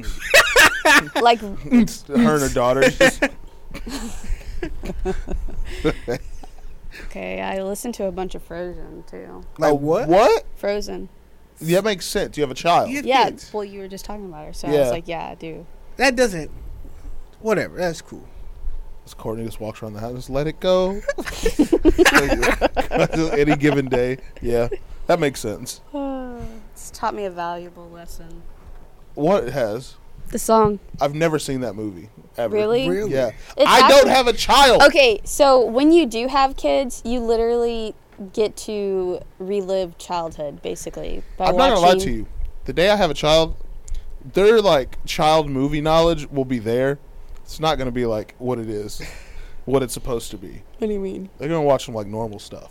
C: like
B: she's, her and her daughter. she's-
C: okay, I listen to a bunch of Frozen too.
A: Like
B: Oh,
A: what?
B: What?
C: Frozen.
B: Yeah, that makes sense. You have a child.
A: You have
C: Yeah,
A: kids.
C: well you were just talking about her, so I
B: Yeah.
C: was like, yeah, I do.
A: That doesn't. Whatever. That's cool.
B: As Courtney just walks around the house, just let it go. Any given day. Yeah, that makes sense.
C: it's taught me a valuable lesson.
B: What it has?
C: The song.
B: I've never seen that movie ever.
C: Really?
A: Really?
B: Yeah.
C: It's
B: I don't
C: actually-
B: have a child.
C: Okay, so when you do have kids, you literally get to relive childhood basically by
B: I'm not
C: watching
B: gonna lie to you. The day I have a child, their like child movie knowledge will be there. It's not gonna be like what it is, what it's supposed to be.
C: What do you mean?
B: They're gonna watch some like normal stuff.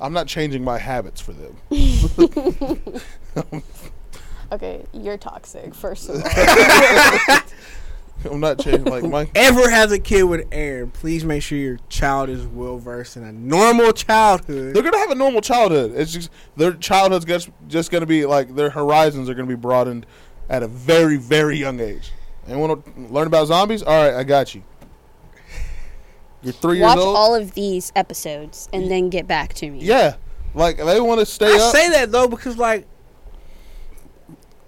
B: I'm not changing my habits for them.
C: Okay, you're toxic first of all.
B: I'm not changing like my.
A: Ever has a kid with Aaron, please make sure your child is well versed in a normal childhood.
B: They're gonna have a normal childhood. It's just their childhood's just just gonna be like their horizons are gonna be broadened at a very very young age. Anyone to learn about zombies? All right, I got you. You're three
C: Watch
B: years old.
C: all of these episodes and then get back to me.
B: yeah, like they want to stay
A: I
B: up.
A: say that though because like,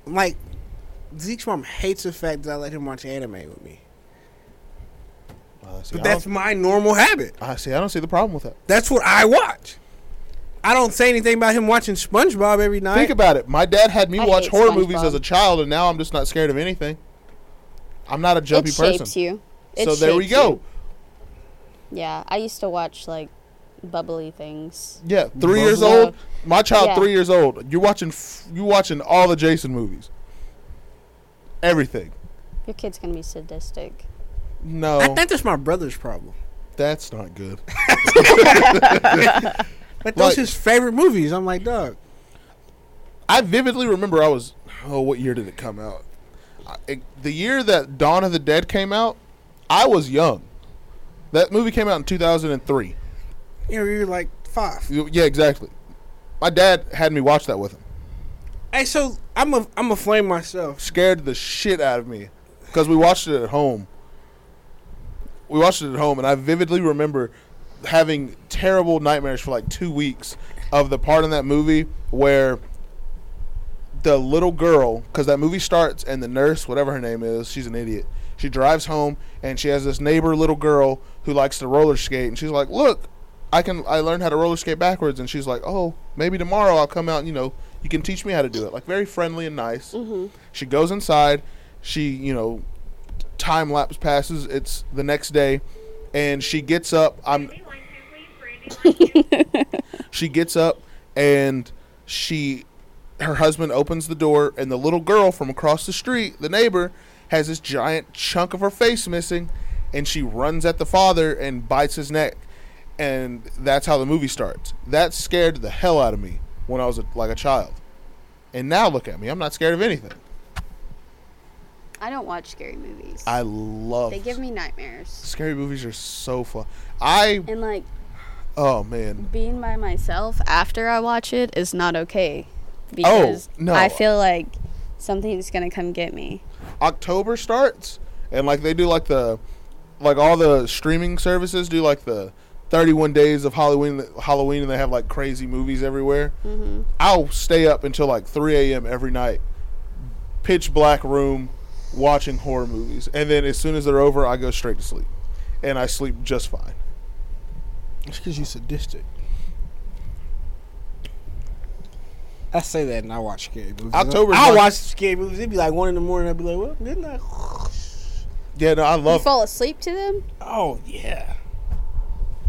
A: like Zeke's mom hates the fact that I let him watch anime with me.
B: Uh, see,
A: But
B: I
A: that's
B: don't-
A: my normal habit.
B: I see. I don't see the problem with that.
A: That's what I watch. I don't say anything about him watching SpongeBob every night.
B: Think about it. My dad had me
C: I
B: watch
C: hate
B: horror movies
C: SpongeBob.
B: as a child, and now I'm just not scared of anything. I'm not a
C: it
B: jumpy person.
C: shapes you. It
B: so there we
C: shapes
B: go.
C: you. Yeah, I used to watch like bubbly things.
B: Yeah, three years
C: Bubbly.
B: old. My child,
C: Yeah.
B: three years old. You're watching. f- You watching all the Jason movies. Everything.
C: Your kid's gonna be sadistic.
B: No,
A: I think that's my brother's problem.
B: that's not good.
A: But those
B: Like-
A: his favorite movies. I'm like, dog.
B: I vividly remember I was. Oh, what year did it come out? I, it- the year that Dawn of the Dead came out, I was young. That movie came out in 2003.
A: You know, you're like five.
B: You- Yeah, exactly. My dad had me watch that with him.
A: Hey, so I'm a I'm a flame myself.
B: Scared the shit out of me because we watched it at home. We watched it at home, and I vividly remember having terrible nightmares for like two weeks of the part in that movie where the little girl, because that movie starts and the nurse, whatever her name is, she's an idiot. She drives home and she has this neighbor little girl who likes to roller skate, and she's like, "Look, I can. I learned how to roller skate backwards." And she's like, "Oh, maybe tomorrow I'll come out. and, You know, you can teach me how to do it." Like very friendly and nice. She goes inside. She, you know, time lapse passes. It's the next day, and she gets up. I'm
D: Brandy, line two, please. Brandy, line two.
B: she gets up and she her husband opens the door and the little girl from across the street the neighbor has this giant chunk of her face missing and she runs at the father and bites his neck and that's how the movie starts that scared the hell out of me when i was a, like a child and now look at me i'm not scared of anything
C: I don't watch scary movies.
B: i love
C: they give me nightmares.
B: scary movies are so fun i
C: And like
B: oh man
C: being by myself after I watch it is not okay because
B: Oh, no.
C: I feel like something's gonna come get me.
B: October starts, and like they do like the like all the streaming services do like the 31 days of Halloween Halloween and they have like crazy movies everywhere.
C: Mm-hmm.
B: I'll stay up until like 3 a.m. every night, pitch black room, watching horror movies, and then as soon as they're over, I go straight to sleep, and I sleep just fine.
A: It's because you're sadistic. I say that and I watch scary movies.
B: October's
A: I
B: like-
A: watch scary movies. It'd be like one in the morning. I'd be like, well, midnight.
B: Yeah, no, I
C: You
B: love.
C: fall asleep to them?
A: Oh yeah.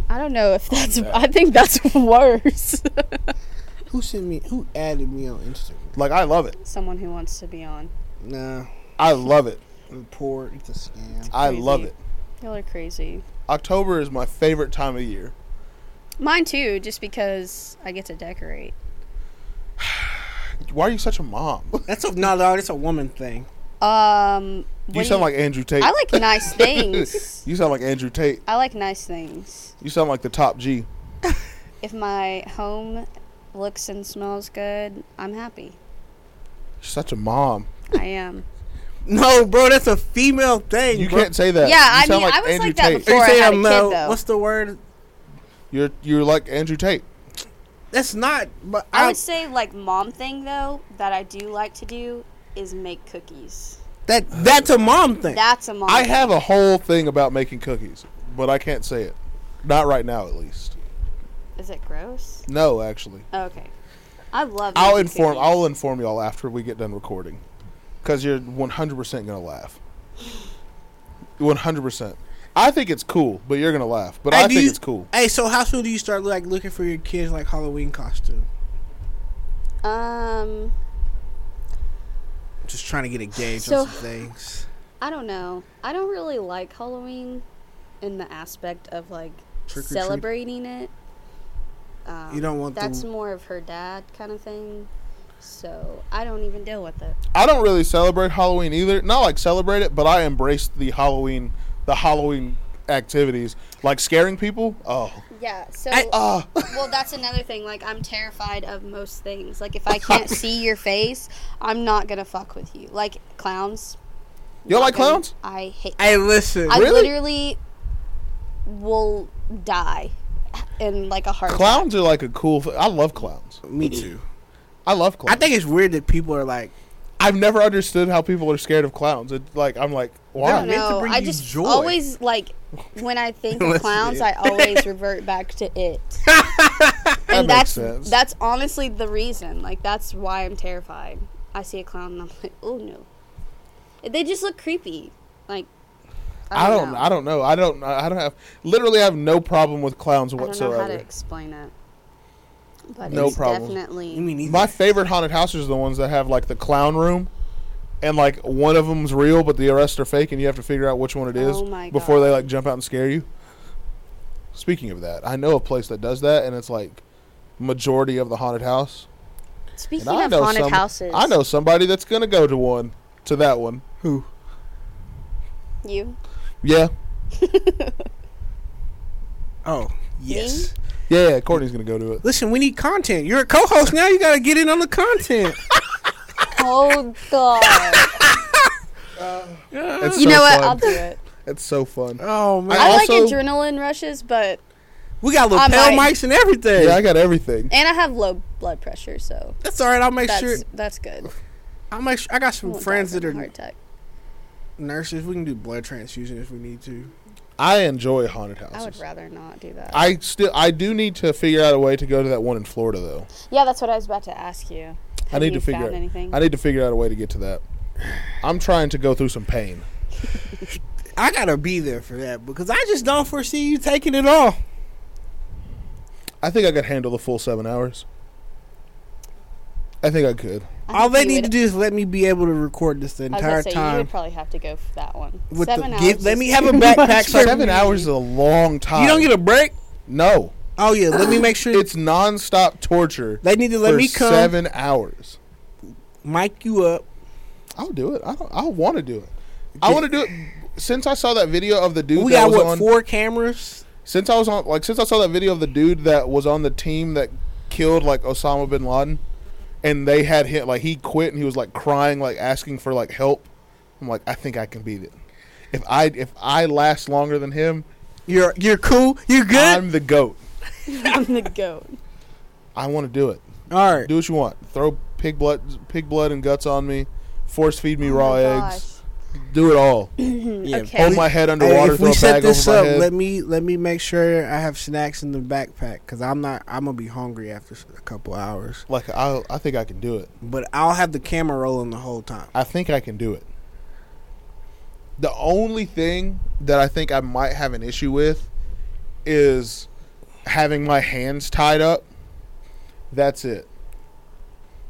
C: I don't know if that's. I think that's worse.
A: Who sent me? Who added me on Instagram?
B: Like I love it.
C: Someone who wants to be on.
A: Nah,
B: I love it.
A: report. It's a scam.
B: I
C: Crazy.
B: love it.
C: Y'all are crazy.
B: October is my favorite time of year.
C: Mine too, just because I get to decorate.
B: Why are you such a mom?
A: That's a no, no. That's a woman thing.
C: Um, what
B: you
C: do
B: sound like Andrew Tate.
C: I like nice things.
B: You sound like Andrew Tate.
C: I like nice things.
B: You sound like the top G.
C: If my home looks and smells good, I'm happy.
B: You're such a mom.
C: I am.
A: No, bro, that's a female thing.
B: You
A: bro.
B: can't say that.
C: Yeah,
B: You
C: I
B: sound
C: mean, I was like that
B: Tate.
A: Are
C: before.
A: you
C: I
A: saying
C: had a
A: I'm
C: kid,
A: uh,
C: though.
A: What's the word?
B: You're you're like Andrew Tate.
A: That's not. But
C: I
A: I,
C: would say like mom thing though that I do like to do is make cookies.
A: that that's a mom thing.
C: That's a mom.
B: I
C: thing.
B: have a whole thing about making cookies, but I can't say it. Not right now, at least.
C: Is it gross?
B: No, actually.
C: Oh, okay. I love.
B: I'll
C: making
B: inform.
C: cookies.
B: I'll inform y'all after we get done recording, because you're 100 percent gonna laugh. 100. percent I think it's cool, but you're gonna laugh. But
A: Hey,
B: I
A: do
B: think
A: you-
B: it's cool.
A: Hey, so how soon do you start like looking for your kids like Halloween costume?
C: Um,
A: Just trying to get a gauge
C: So-
A: on some things.
C: I don't know. I don't really like Halloween in the aspect of like
A: Trick or treat?
C: celebrating it. Um,
A: You don't want the-
C: that's more of her dad kind of thing. So I don't even deal with it.
B: I don't really celebrate Halloween either. Not like celebrate it, but I embrace the Halloween, the Halloween activities, like scaring people. Oh,
C: Yeah. So
B: ah,
C: Well, that's another thing. Like, I'm terrified of most things. Like, if I can't see your face, I'm not gonna fuck with you. Like clowns.
B: you like
C: Gonna-
B: clowns?
C: I hate.
A: Hey, listen.
C: I
B: Really?
C: literally will die in like a heart. attack.
B: Clowns are like a cool. F- I love clowns.
A: me too.
B: I love clowns.
A: I think it's weird that people are like,
B: I've never understood how people are scared of clowns. It, like I'm like,
C: I
B: why?
C: don't
A: They're meant to
C: know.
A: bring
C: I
A: you
C: just
A: joy.
C: always like when I think of
A: Listen,
C: clowns, I
A: dude.
C: always revert back to it.
B: That makes
C: and that's
B: sense.
C: that's honestly the reason. Like that's why I'm terrified. I see a clown and I'm like, oh no. They just look creepy. Like
B: I don't. I don't know. I don't. I don't have. Literally, I have no problem with clowns
C: I don't know how to
B: whatsoever.
C: explain it. But
B: No
C: it's
B: problem.
C: definitely
A: you mean either.
B: My favorite haunted houses are the ones that have like the clown room, and like one of them's real, but the rest are fake, and you have to figure out which one it is
C: Oh my
B: before
C: God.
B: they like jump out and scare you. Speaking of that, I know a place that does that, and it's like majority of the haunted house.
E: Speaking
B: And I
E: of
B: know
E: haunted
B: some,
E: houses,
B: I know somebody that's gonna go to one, to that one.
A: Who?
E: you.
B: Yeah,
A: Oh, yes.
B: yeah, yeah. Courtney's gonna go to it.
A: Listen, we need content. You're a co-host now. You gotta get in on the content.
E: Oh god.
B: It's
E: you
B: so
E: know what?
B: fun.
E: I'll do it.
B: It's so fun.
A: oh man,
E: I like
B: also-
E: adrenaline rushes, but
A: we got lapel
E: I might-
A: mics and everything.
B: Yeah, I got everything.
E: and I have low blood pressure, so
A: that's all right. I'll make
E: that's
A: sure.
E: that's good.
A: I'll make sure. I got
C: Oh
A: some
E: Won't die
A: friends
E: from
A: that are
E: a heart attack.
A: nurses. We can do blood transfusion if we need to.
B: I enjoy haunted houses.
E: I would rather not do that.
B: I still, I do need to figure out a way to go to that one in Florida though.
E: yeah, that's what I was about to ask you.
B: I
E: Have
B: need
E: you
B: to figure.
E: found anything.
B: I need to figure out a way to get to that. I'm trying to go through some pain.
A: I gotta be there for that because I just don't foresee you taking it all.
B: I think I could handle the full seven hours. I think I could.
E: I
A: All
E: think
A: they
E: you
A: need
E: would-
A: to do is let me be able to record this the
E: I was gonna
A: entire
E: say you
A: time.
E: would probably have to go for that one.
A: With
E: Seven
A: the,
E: hours.
A: get- let
E: is
A: me have
E: too
A: a backpack.
E: much
A: So I
E: for
A: can-
B: Seven hours is a long time.
A: you don't get a break.
B: no.
A: Oh yeah, let me make sure
B: It's nonstop torture.
A: they need to let
B: for
A: me come
B: seven hours.
A: mic you up.
B: I'll do it. I don't. I want to do it. I want to do it. Since I saw that video of the dude
A: We
B: that
A: got
B: was
A: what
B: on,
A: four cameras?
B: since I was on, like, since I saw that video of the dude that was on the team that killed like Osama bin Laden, and they had him like he quit and he was like crying, like asking for like help. I'm like, I think I can beat it. If I if I last longer than him,
A: You're you're cool. You're good.
B: I'm the goat.
E: I'm the goat.
B: I want to do it.
A: All right.
B: Do what you want. Throw pig blood, pig blood and guts on me. Force feed
C: Oh
B: me raw
E: Oh
B: eggs. Do it all.
A: Yeah.
E: Mm, Okay.
B: Hold my head
A: Hey,
B: underwater.
A: if
B: throw
A: we
B: a
A: set
B: bag
A: this
B: over
A: up,
B: my head.
A: let me let me make sure I have snacks in the backpack because I'm not. I'm gonna be hungry after s- a couple hours.
B: like I, I think I can do it.
A: But I'll have the camera rolling the whole time.
B: I think I can do it. The only thing that I think I might have an issue with is having my hands tied up. That's it.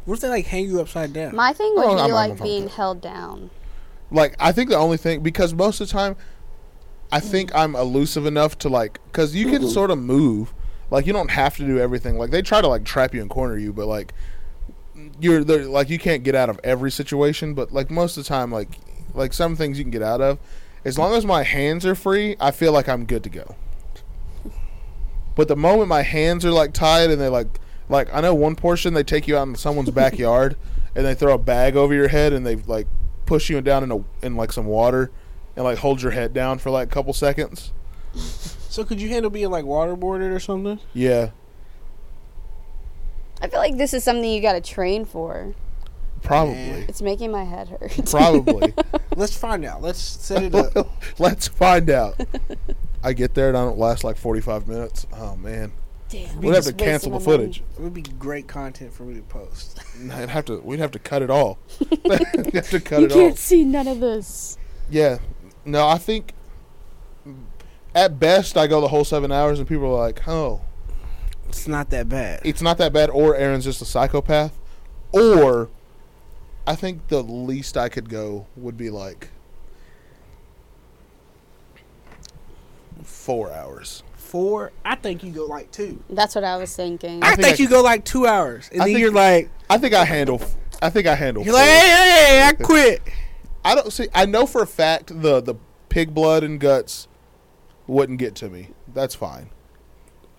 A: What if they like hang you upside down?
E: My thing would
B: Oh,
E: be
B: I'm- I'm
E: like
B: fine with
E: being
B: that.
E: held down.
B: Like I think the only thing because most of the time, I think I'm elusive enough to like because you can sort of move. Like you don't have to do everything. Like they try to like trap you and corner you, but like you're they're- like you can't get out of every situation. But like most of the time, like like some things you can get out of. As long as my hands are free, I feel like I'm good to go. But the moment my hands are like tied and they like like I know one portion they take you out in someone's backyard and they throw a bag over your head and they like push you down in a, in like some water and like hold your head down for like a couple seconds.
A: so could you handle being like waterboarded or something?
B: Yeah,
E: I feel like this is something you got to train for.
B: probably.
E: It's making my head hurt.
B: Probably.
A: Let's find out. Let's set it up.
B: Let's find out. I get there and I don't last like 45 minutes. Oh man.
E: Damn.
B: We'd have to
E: just wasted
B: cancel the
E: my money.
B: footage.
A: It would be great content for me to post.
B: I'd have to we'd have to cut it all. we'd have to cut
E: You
B: it all.
E: can't see none of this.
B: Yeah. No, I think at best I go the whole seven hours and people are like, oh,
A: It's not that bad.
B: it's not that bad, or Aaron's just a psychopath. Or I think the least I could go would be like four hours.
A: Four. I think you go like two.
E: That's what I was thinking.
A: I,
B: I think
A: think
B: I-
A: you go like two hours, and
B: I
A: then
B: think-
A: you're like,
B: I think I handle. I think I handle.
A: you're like, "Eh." hey,
B: four.
A: hey, hey, I quit.
B: I don't see. I know for a fact the the pig blood and guts wouldn't get to me. That's fine.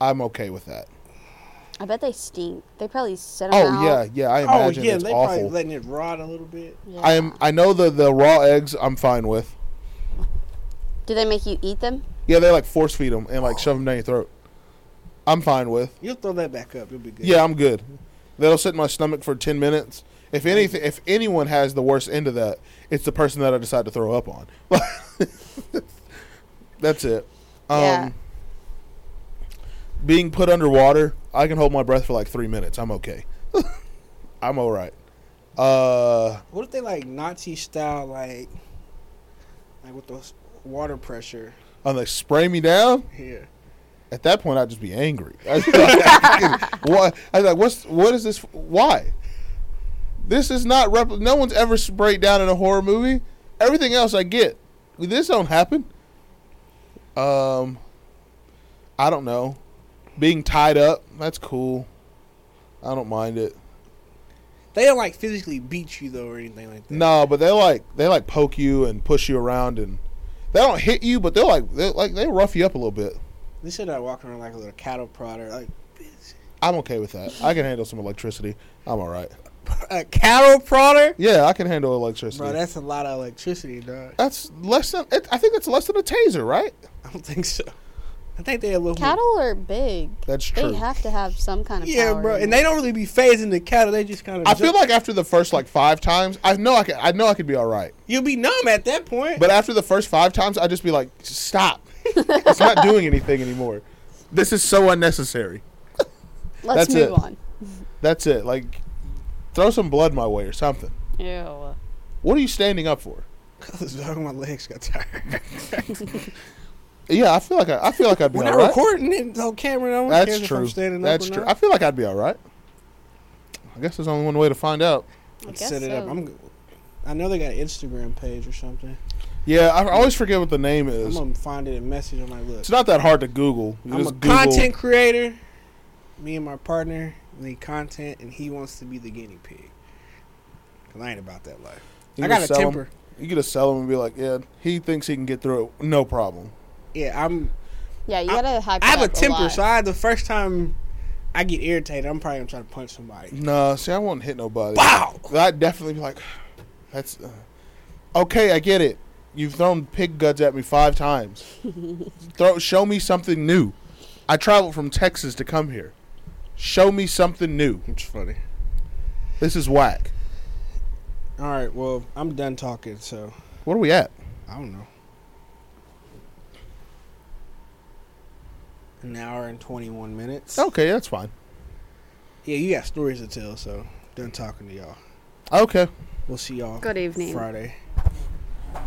B: I'm okay with that.
E: I bet they stink. They probably set them
B: Oh
E: out.
B: yeah, yeah. I
A: Oh
B: imagine
A: yeah,
B: it's
A: they
B: awful.
A: probably letting it rot a little bit.
E: Yeah.
B: I am. I know the the raw eggs. I'm fine with.
E: Do they make you eat them?
B: Yeah, they like force feed them and like shove them down your throat. I'm fine with.
A: You'll throw that back up. You'll be good.
B: Yeah, I'm good. That'll sit in my stomach for ten minutes. If anything, if anyone has the worst end of that, it's the person that I decide to throw up on. That's it. Um,
E: Yeah.
B: Being put underwater, I can hold my breath for like three minutes. I'm okay. I'm all right. Uh,
A: What if they like Nazi style, like, like with those water pressure
B: and they spray me down.
A: here?
B: at that point I'd just be angry. I'd be like, what? I was like, what's what is this? Why? This is not repl- no one's ever sprayed down in a horror movie. Everything else I get. This don't happen. Um I don't know. Being tied up, that's cool. I don't mind it.
A: They don't like physically beat you though or anything like that.
B: No, but they like they like poke you and push you around, and they don't hit you, but they're like they like they rough you up a little bit.
A: They said I walking around like a little cattle prodder, like bitch,
B: I'm okay with that. I can handle some electricity. I'm all right.
A: a cattle prodder.
B: Yeah, I can handle electricity.
A: Bro, that's a lot of electricity, dog.
B: That's less than. It, I think that's less than a taser, right?
A: I don't think so. I think they a little more-
E: Cattle are big.
B: That's
E: They
B: true.
E: have to have some kind of
A: Yeah,
E: power
A: bro,
E: in
A: and
E: them.
A: they don't really be phasing the cattle. They just kind of.
B: I feel like after the first like five times, I know I can. I know I could be all right.
A: you'll be numb at that point.
B: But after the first five times, I'd just be like, stop. it's not doing anything anymore. This is so unnecessary.
E: Let's
B: that's
E: move
B: it.
E: on.
B: That's it. Like, throw some blood my way or something.
E: Ew.
B: What are you standing up for?
A: dog, my legs got tired.
B: Yeah, I feel like I, I feel like I'd be
A: We're
B: all
A: not
B: right.
A: recording it on camera. I don't
B: That's
A: care if
B: true.
A: I'm standing
B: That's
A: up or
B: true.
A: not.
B: I feel like I'd be all right. I guess there's only one way to find out.
E: I
A: Let's
E: guess
A: set it up.
E: so.
A: I'm. g- I know they got an Instagram page or something.
B: Yeah, I always forget what the name
A: I'm
B: is.
A: gonna find it and message on my look.
B: It's not that hard to Google. You
A: I'm a
B: just Google-
A: content creator. Me and my partner need content, and he wants to be the guinea pig. Cause I ain't about that life.
B: you
A: I
B: can
A: got a
B: sell 'em-
A: temper.
B: You could just sell him and be like, yeah, he thinks he can get through it, no problem.
A: Yeah, I'm.
E: Yeah, you gotta hype
A: I
E: it
A: have a
E: up
A: temper,
E: lot.
A: so I the first time I get irritated, I'm probably gonna try to punch somebody.
B: No, see, I won't hit nobody.
A: Wow.
B: But I'd definitely be like, that's uh, okay. I get it. You've thrown pig guts at me five times. Throw, show me something new. I traveled from Texas to come here. Show me something new.
A: It's funny.
B: This is whack.
A: All right, well, I'm done talking, so
B: What are we at?
A: I don't know. An hour and 21 minutes.
B: Okay, that's fine.
A: Yeah, you got stories to tell, so done talking to y'all.
B: Okay.
A: We'll see y'all
E: Good evening.
A: Friday.